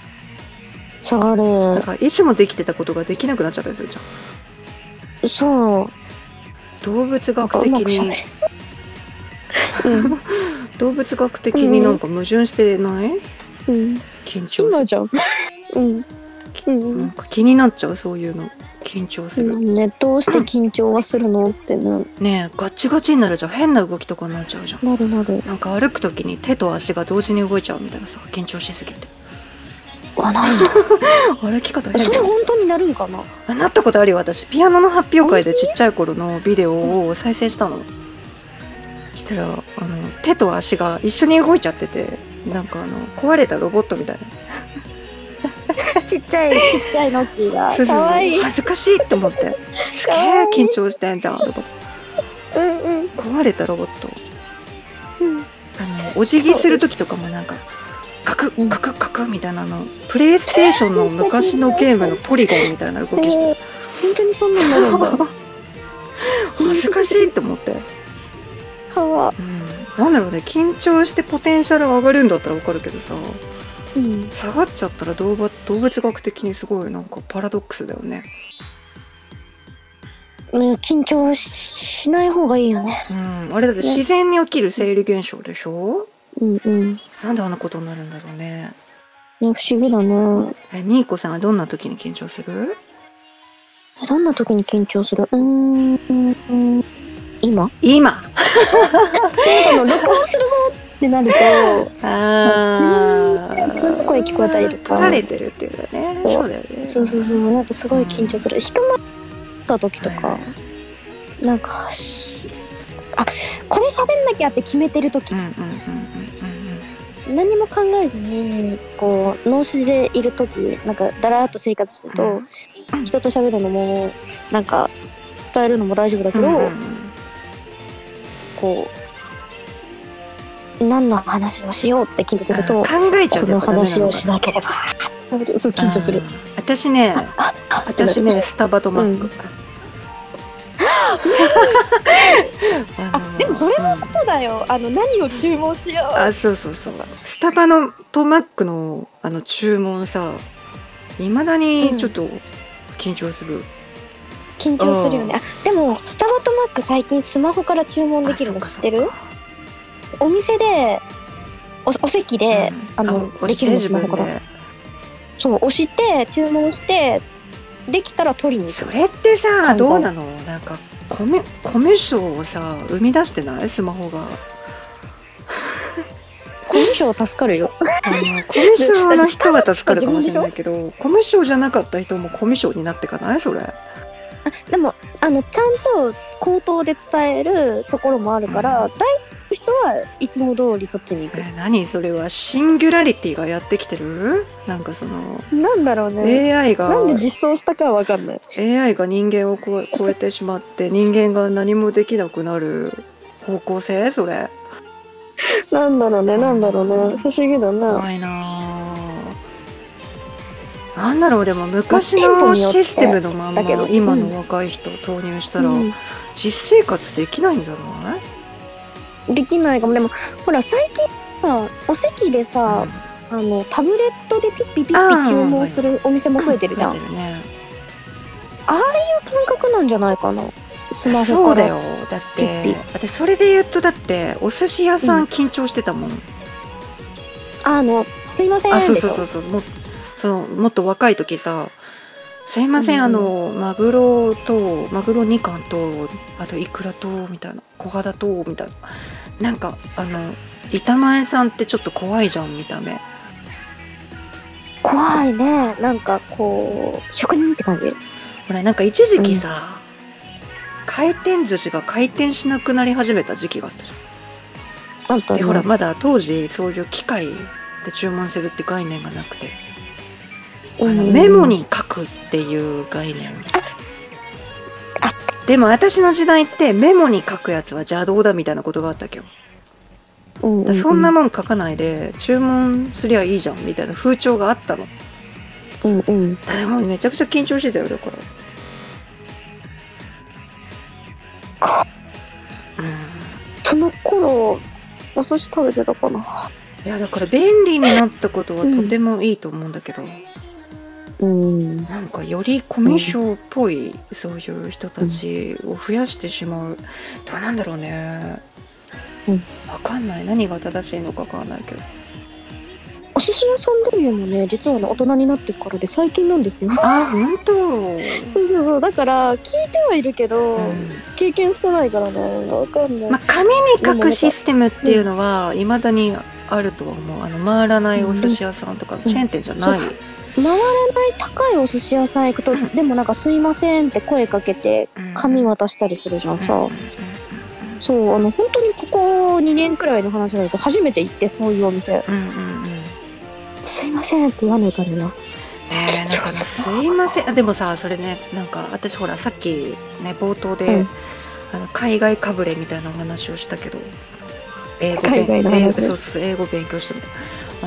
Speaker 2: 下
Speaker 1: だ
Speaker 2: がる
Speaker 1: からいつもできてたことができなくなっちゃったりするじゃん
Speaker 2: そう
Speaker 1: 動物
Speaker 2: なんか
Speaker 1: 学
Speaker 2: う
Speaker 1: 的
Speaker 2: まくしゃべ
Speaker 1: に
Speaker 2: るうん
Speaker 1: 動物学的になんか矛盾してない
Speaker 2: うん
Speaker 1: 緊張
Speaker 4: 今
Speaker 1: す
Speaker 4: じゃん
Speaker 2: うん
Speaker 1: るなんか気になっちゃうそういうの緊張する
Speaker 2: ねどうして緊張はするのってね
Speaker 1: ねえガチガチになるじゃん変な動きとかになっちゃうじゃん
Speaker 2: なるなる
Speaker 1: なんか歩く時に手と足が同時に動いちゃうみたいなさ緊張しすぎて
Speaker 2: あない
Speaker 1: 歩き方
Speaker 2: の
Speaker 1: 変
Speaker 2: そ
Speaker 1: だよ
Speaker 2: れ
Speaker 1: ね
Speaker 2: 本当になるんかな
Speaker 1: あなったことあるよ私ピアノの発表会でちっちゃい頃のビデオを再生したのしたらあの手と足が一緒に動いちゃっててなんかあの壊れたロボットみたい
Speaker 2: ちっちゃいちっちゃいノッキーが
Speaker 1: なそうそう
Speaker 2: かわいい。
Speaker 1: 恥ずかしいって思 ってすげえ緊張してんじゃんとか
Speaker 2: うんうん
Speaker 1: 壊れたロボット
Speaker 2: うん。
Speaker 1: あのお辞儀する時とかもなんかカク
Speaker 2: うん
Speaker 1: カクカクみたいなのプレイステーションの昔のゲームのポリゴンみたいな動きして
Speaker 2: 本当にそんなのなるんだ。
Speaker 1: 恥ずかしいって思って、
Speaker 2: かわ。
Speaker 1: うん、なんだろうね緊張してポテンシャル上がるんだったらわかるけどさ
Speaker 2: うん。
Speaker 1: 下がっちゃったら動物動物学的にすごいなんかパラドックスだよね、
Speaker 2: ね緊張しない方がいいよね。
Speaker 1: うん、あれだって自然に起きる生理現象でしょ
Speaker 2: うんうん。ね
Speaker 1: なんであんなことになるんだろうね
Speaker 2: 不思議だね。
Speaker 1: えみーこさんはどんな時に緊張する
Speaker 2: えどんな時に緊張する？うーんうんうん。今？
Speaker 1: 今
Speaker 2: あの録音するぞってなると。
Speaker 1: あー
Speaker 2: 自分の声聞こえたりとか
Speaker 1: 取られてるっていうかね
Speaker 2: そう
Speaker 1: そうだよね
Speaker 2: そうそうそうそうなんかすごい緊張する、人前に立った時と
Speaker 1: は
Speaker 2: か
Speaker 1: い、
Speaker 2: なんかしあこれ喋んなきゃって決めてる時
Speaker 1: うんうんうんうんうん
Speaker 2: 何も考えずにこう脳死でいる時なんかだらーっと生活してると、人と喋るのもなんか伝えるのも大丈夫だけ
Speaker 1: うん
Speaker 2: ど、
Speaker 1: うんうんうん
Speaker 2: こう何の話をしようって決めてると
Speaker 1: あ
Speaker 2: こ
Speaker 1: 考えちゃうと
Speaker 2: の
Speaker 1: やっぱダメなのかな
Speaker 2: 話をしなければそう緊張す
Speaker 1: あ。
Speaker 2: る
Speaker 1: ー私ね私ねスタバとマック、
Speaker 2: うん
Speaker 1: あのー
Speaker 4: でもそれは
Speaker 1: うん
Speaker 4: そうだよあの何を注文しよう
Speaker 1: あそうそうそうスタバのとマックのあの注文さいまだにちょっと緊張する、
Speaker 2: 緊張するよねあでもスタバとマック最近スマホから注文できるの
Speaker 1: あ
Speaker 2: 知
Speaker 1: そ
Speaker 2: っ
Speaker 1: うか
Speaker 2: てるお店でおお席で、あの
Speaker 1: 押
Speaker 2: で
Speaker 1: し
Speaker 2: き
Speaker 1: て
Speaker 2: るの
Speaker 1: 自
Speaker 2: スマ
Speaker 1: 分
Speaker 2: ホから
Speaker 1: で
Speaker 2: そう押して注文してできたら取りに行く
Speaker 1: それってさ
Speaker 2: 簡単
Speaker 1: どうなのなんかコミコミュ障をさ生み出してないスマホが
Speaker 2: この人は助かるよ
Speaker 1: あのコミュ障の人は助かるかもしれないけ どコミュ障じゃなかった人もコミュ障になってかないそれ
Speaker 2: でもあのちゃんと口頭で伝えるところもあるから、
Speaker 1: う
Speaker 2: 大体の人はいつも通りそっちに行
Speaker 1: え
Speaker 2: く、
Speaker 1: ー何それはシンギュラリティがやってきてるなんかその
Speaker 4: なんだろうね
Speaker 1: AI が
Speaker 4: なんで実装したかはわかんない
Speaker 1: AI が人間を超え超えてしまって人間が何もできなくなる方向性それ
Speaker 4: なんだろうねなんだろうね不思議だな
Speaker 1: 怖いなあなんだろうでも昔
Speaker 2: まあ店舗
Speaker 1: の
Speaker 2: によって
Speaker 1: システムのまんま
Speaker 2: だけどうん
Speaker 1: 今の若い人を投入したら
Speaker 2: うん
Speaker 1: 実生活できないんじゃない、
Speaker 2: できないかもでもほら最近さお席でさ、あのタブレットでピッピピッ
Speaker 1: あー
Speaker 2: ピ注文するお店も増えてるじゃん
Speaker 1: 増えてるね
Speaker 2: 感覚なんじゃないかなスマ
Speaker 1: そ
Speaker 2: ホ
Speaker 1: う
Speaker 2: か
Speaker 1: だ
Speaker 2: ら
Speaker 1: よだっ
Speaker 2: ピ
Speaker 1: て
Speaker 2: ッピ
Speaker 1: 私それで言うとだってお寿司屋さん緊張してたもん、
Speaker 2: あのすいません
Speaker 1: あ
Speaker 2: でしょ
Speaker 1: そうそうそうそうもそのもっと若い時さ「すいません、あのマグロとマグロ2貫とあとイクラと」みたいな「小肌と」みたいななんかあの板前さんってちょっと怖いじゃん見た目
Speaker 2: 怖いねなんかこう職人って感じ
Speaker 1: ほらなんか一時期さ、回転寿司が回転しなくなり始めた時期があったじゃん
Speaker 2: なんと
Speaker 1: でほらまだ当時そういう機械で注文するって概念がなくて、あのメモに書くっていう概念
Speaker 2: あ
Speaker 1: でも私の時代ってメモに書くやつは邪道だみたいなことがあったっけよ
Speaker 2: うんう
Speaker 1: だか
Speaker 2: んう
Speaker 1: ら
Speaker 2: ん、
Speaker 1: そんなもん書かないで注文すりゃいいじゃんみたいな風潮があったの
Speaker 2: うんうん
Speaker 1: でもめちゃくちゃ緊張してたよだから
Speaker 2: その頃お寿司食べてたかない
Speaker 1: やだから便利になったことはとてもいいと思うんだけど、
Speaker 2: うん
Speaker 1: なんかよりコミュ障っぽいそういう人たちを増やしてしまうどうなんだろうね、
Speaker 2: うん
Speaker 1: わかんない何が正しいのかわかんないけど
Speaker 2: お寿司屋さんデビューもね実はね大人になってからで最近なんですよ
Speaker 1: あ本当、うん
Speaker 2: そうそうそうだから聞いてはいるけど、経験してないからねわかんない、
Speaker 1: まあ、紙に書くシステムっていうのはいまだにあるとは思うあの回らないお寿司屋さんとかのチェーン店じゃない、
Speaker 2: そう回らない高いお寿司屋さん行くとでもなんか「すいません」って声かけて
Speaker 1: うん
Speaker 2: 紙渡したりするじゃんさ、
Speaker 1: うん
Speaker 2: そうあの本当にここ2年くらいの話だと初めて行ってそういうお店
Speaker 1: うんうんうん
Speaker 2: 「すいません」って言わないからな
Speaker 1: ねえなんかねすいませんあでもさそれねなんか私ほらさっきね冒頭で、
Speaker 2: うん
Speaker 1: あの海外かぶれみたいなお話をしたけど英語
Speaker 2: 海外の話
Speaker 1: 英語そうそう英語勉強してみた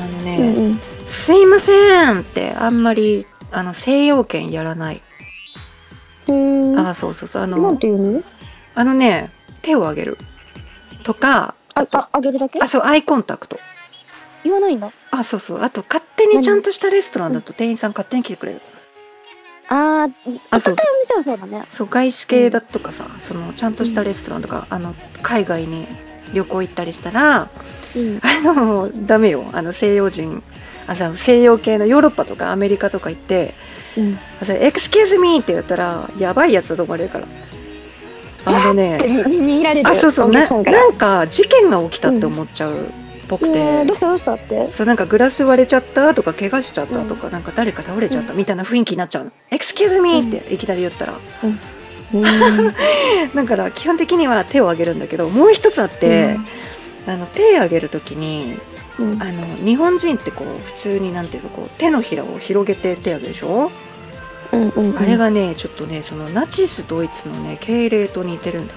Speaker 1: あのね、
Speaker 2: うんうん
Speaker 1: すいませんってあんまりあの西洋圏やらない、
Speaker 2: へー
Speaker 1: あそうそうそうあ
Speaker 2: なん
Speaker 1: の
Speaker 2: ていうの
Speaker 1: あのね手を挙げるとか
Speaker 2: あああげるだけ
Speaker 1: あそうアイコンタクト
Speaker 2: 言わないんだ
Speaker 1: あそうそうあと勝手にちゃんとしたレストランだと店員さん勝手に来てくれる
Speaker 2: あー
Speaker 1: あ
Speaker 2: 高
Speaker 1: そ
Speaker 2: いうお店はそうだね
Speaker 1: そう外資系だとかさ、そのちゃんとしたレストランとか、あの海外に旅行行ったりしたら
Speaker 2: うん
Speaker 1: あのダメよあの西洋人あさ西洋系のヨーロッパとかアメリカとか行って
Speaker 2: うん
Speaker 1: 「あさエクスキューズミー」って言ったらやばいやつだと思われるからあの ね
Speaker 2: でにに見られる
Speaker 1: あそうそう
Speaker 2: お
Speaker 1: な
Speaker 2: 客さんから
Speaker 1: なんか事件が起きたって思っちゃうっぽく
Speaker 2: う
Speaker 1: て。
Speaker 2: わーどうしたどうしたって
Speaker 1: そうなんかグラス割れちゃったとか怪我しちゃったとか、なんか誰か倒れちゃったみたいな雰囲気になっちゃうの「エクスキューズミー」っていきなり言ったら、だから基本的には手を挙げるんだけどもう一つあって、あの手を挙げる時に
Speaker 2: うん
Speaker 1: あの日本人ってこう普通になんていうのこう手のひらを広げて手を挙げるでしょ、
Speaker 2: うんうんうん
Speaker 1: あれがねちょっとねそのナチスドイツのね敬礼と似てるんだっ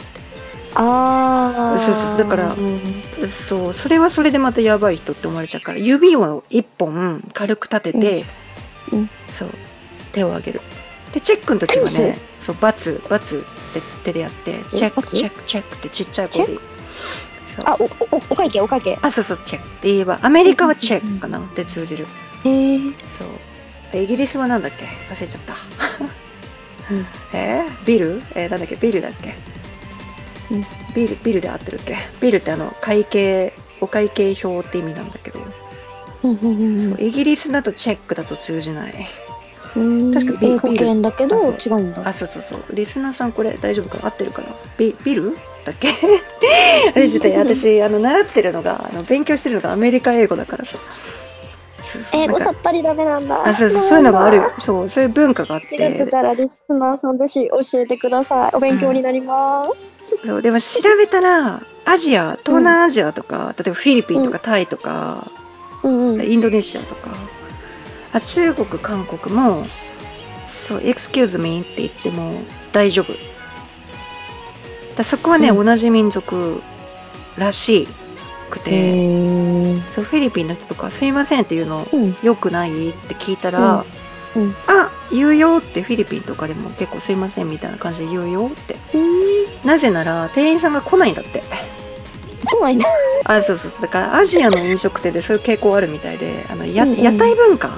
Speaker 2: あー
Speaker 1: そうそうそうだから
Speaker 2: うん
Speaker 1: てそうそれはそれでまたやばい人って思われちゃうから指を一本軽く立てて、
Speaker 2: うんうん
Speaker 1: そう手を挙げるでチェックの時は
Speaker 2: 手を
Speaker 1: ねそうバツバツって手でやってチェック
Speaker 2: バツ
Speaker 1: チェックチェックってちっちゃい子でそう
Speaker 2: あおおお会計お会計へ
Speaker 1: あそうそうチェックって言えばアメリカはチェックかなって通じる
Speaker 2: え
Speaker 1: そうイギリスはなんだっけ忘れちゃった、
Speaker 2: うん
Speaker 1: えービル、えーなんだっけビルだっけ、
Speaker 2: うん
Speaker 1: ビルビルで合ってるっけビルってあの会計お会計表って意味なんだけど、
Speaker 2: うんうんうん
Speaker 1: そうイギリスだとチェックだと通じない
Speaker 2: うん
Speaker 1: 確かビ
Speaker 2: 英語圏だけど
Speaker 1: ビ
Speaker 2: 違うんだ
Speaker 1: あそうそうそうリスナーさんこれ大丈夫かな合ってるかなビビルだっ け私ちょっと私あの習ってるのがあの勉強してるのがアメリカ英語だからさそうそう
Speaker 2: 英
Speaker 1: なん
Speaker 2: 語
Speaker 1: か
Speaker 2: さっぱりダメなんだ
Speaker 1: あそうそうそういうのもあるよそうそういう文化があって
Speaker 2: 違ってたらリスナーさんぜひ教えてくださいお勉強になります、
Speaker 1: そうでも調べたらアジア東南アジアとか、例えばフィリピンとかタイとか、
Speaker 2: うんうん、
Speaker 1: インドネシアとかあ中国韓国もそう「excuse me」って言っても大丈夫だそこはね、
Speaker 2: う
Speaker 1: 同じ民族らしく
Speaker 2: へ
Speaker 1: て、
Speaker 2: ー
Speaker 1: そうフィリピンの人とか「すいません」っていうの
Speaker 2: うん
Speaker 1: よくないって聞いたら「
Speaker 2: うんうん
Speaker 1: あ言うよ」ってフィリピンとかでも結構「すいません」みたいな感じで言うよって
Speaker 2: うん
Speaker 1: なぜなら店員さんが来ないんだって
Speaker 2: 怖いな
Speaker 1: あそうそうそうだからアジアの飲食店でそういう傾向あるみたいであのや
Speaker 2: うんうん
Speaker 1: 屋台文化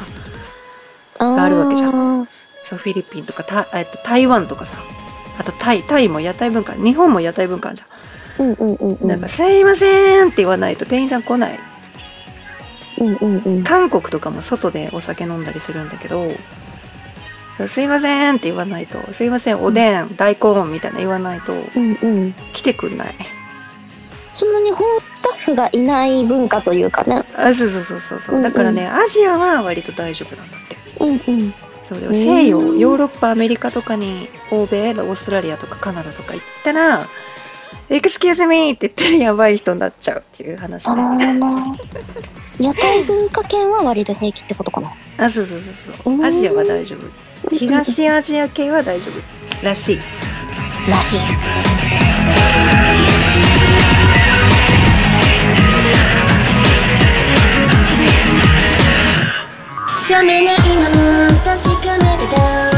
Speaker 2: あ
Speaker 1: あるわけじゃ
Speaker 2: ん
Speaker 1: そうフィリピンとかた、えっと、台湾とかさあとタイタイも屋台文化日本も屋台文化あるじ
Speaker 2: うんうんうん
Speaker 1: ゃん
Speaker 2: う
Speaker 1: なん
Speaker 2: ん
Speaker 1: か「すいません」って言わないと店員さん来ない
Speaker 2: うんうんうん
Speaker 1: 韓国とかも外でお酒飲んだりするんだけど「すいません」って言わないと「すいませんおでん大根」みたいな言わないと
Speaker 2: うんうん
Speaker 1: 来てくんない
Speaker 2: そんなに本スタッフがいない文化というかね
Speaker 1: あそうそうそうそうそううん
Speaker 2: うん
Speaker 1: だからねアジアは割と大丈夫なんだって
Speaker 2: うんうん
Speaker 1: そうだよ
Speaker 2: うん
Speaker 1: 西洋ヨーロッパアメリカとかに欧米オーストラリアとかカナダとか行ったら「エクスキューズミー」って言ってやばい人になっちゃうっていう話
Speaker 2: あ
Speaker 1: ね
Speaker 2: ららら屋台文化圏は割と平気ってことかな
Speaker 1: あそうそうそうそううんアジアは大丈夫東アジア系は大丈夫らしい
Speaker 2: らしい
Speaker 3: 「
Speaker 2: 冷めないのも確かめてた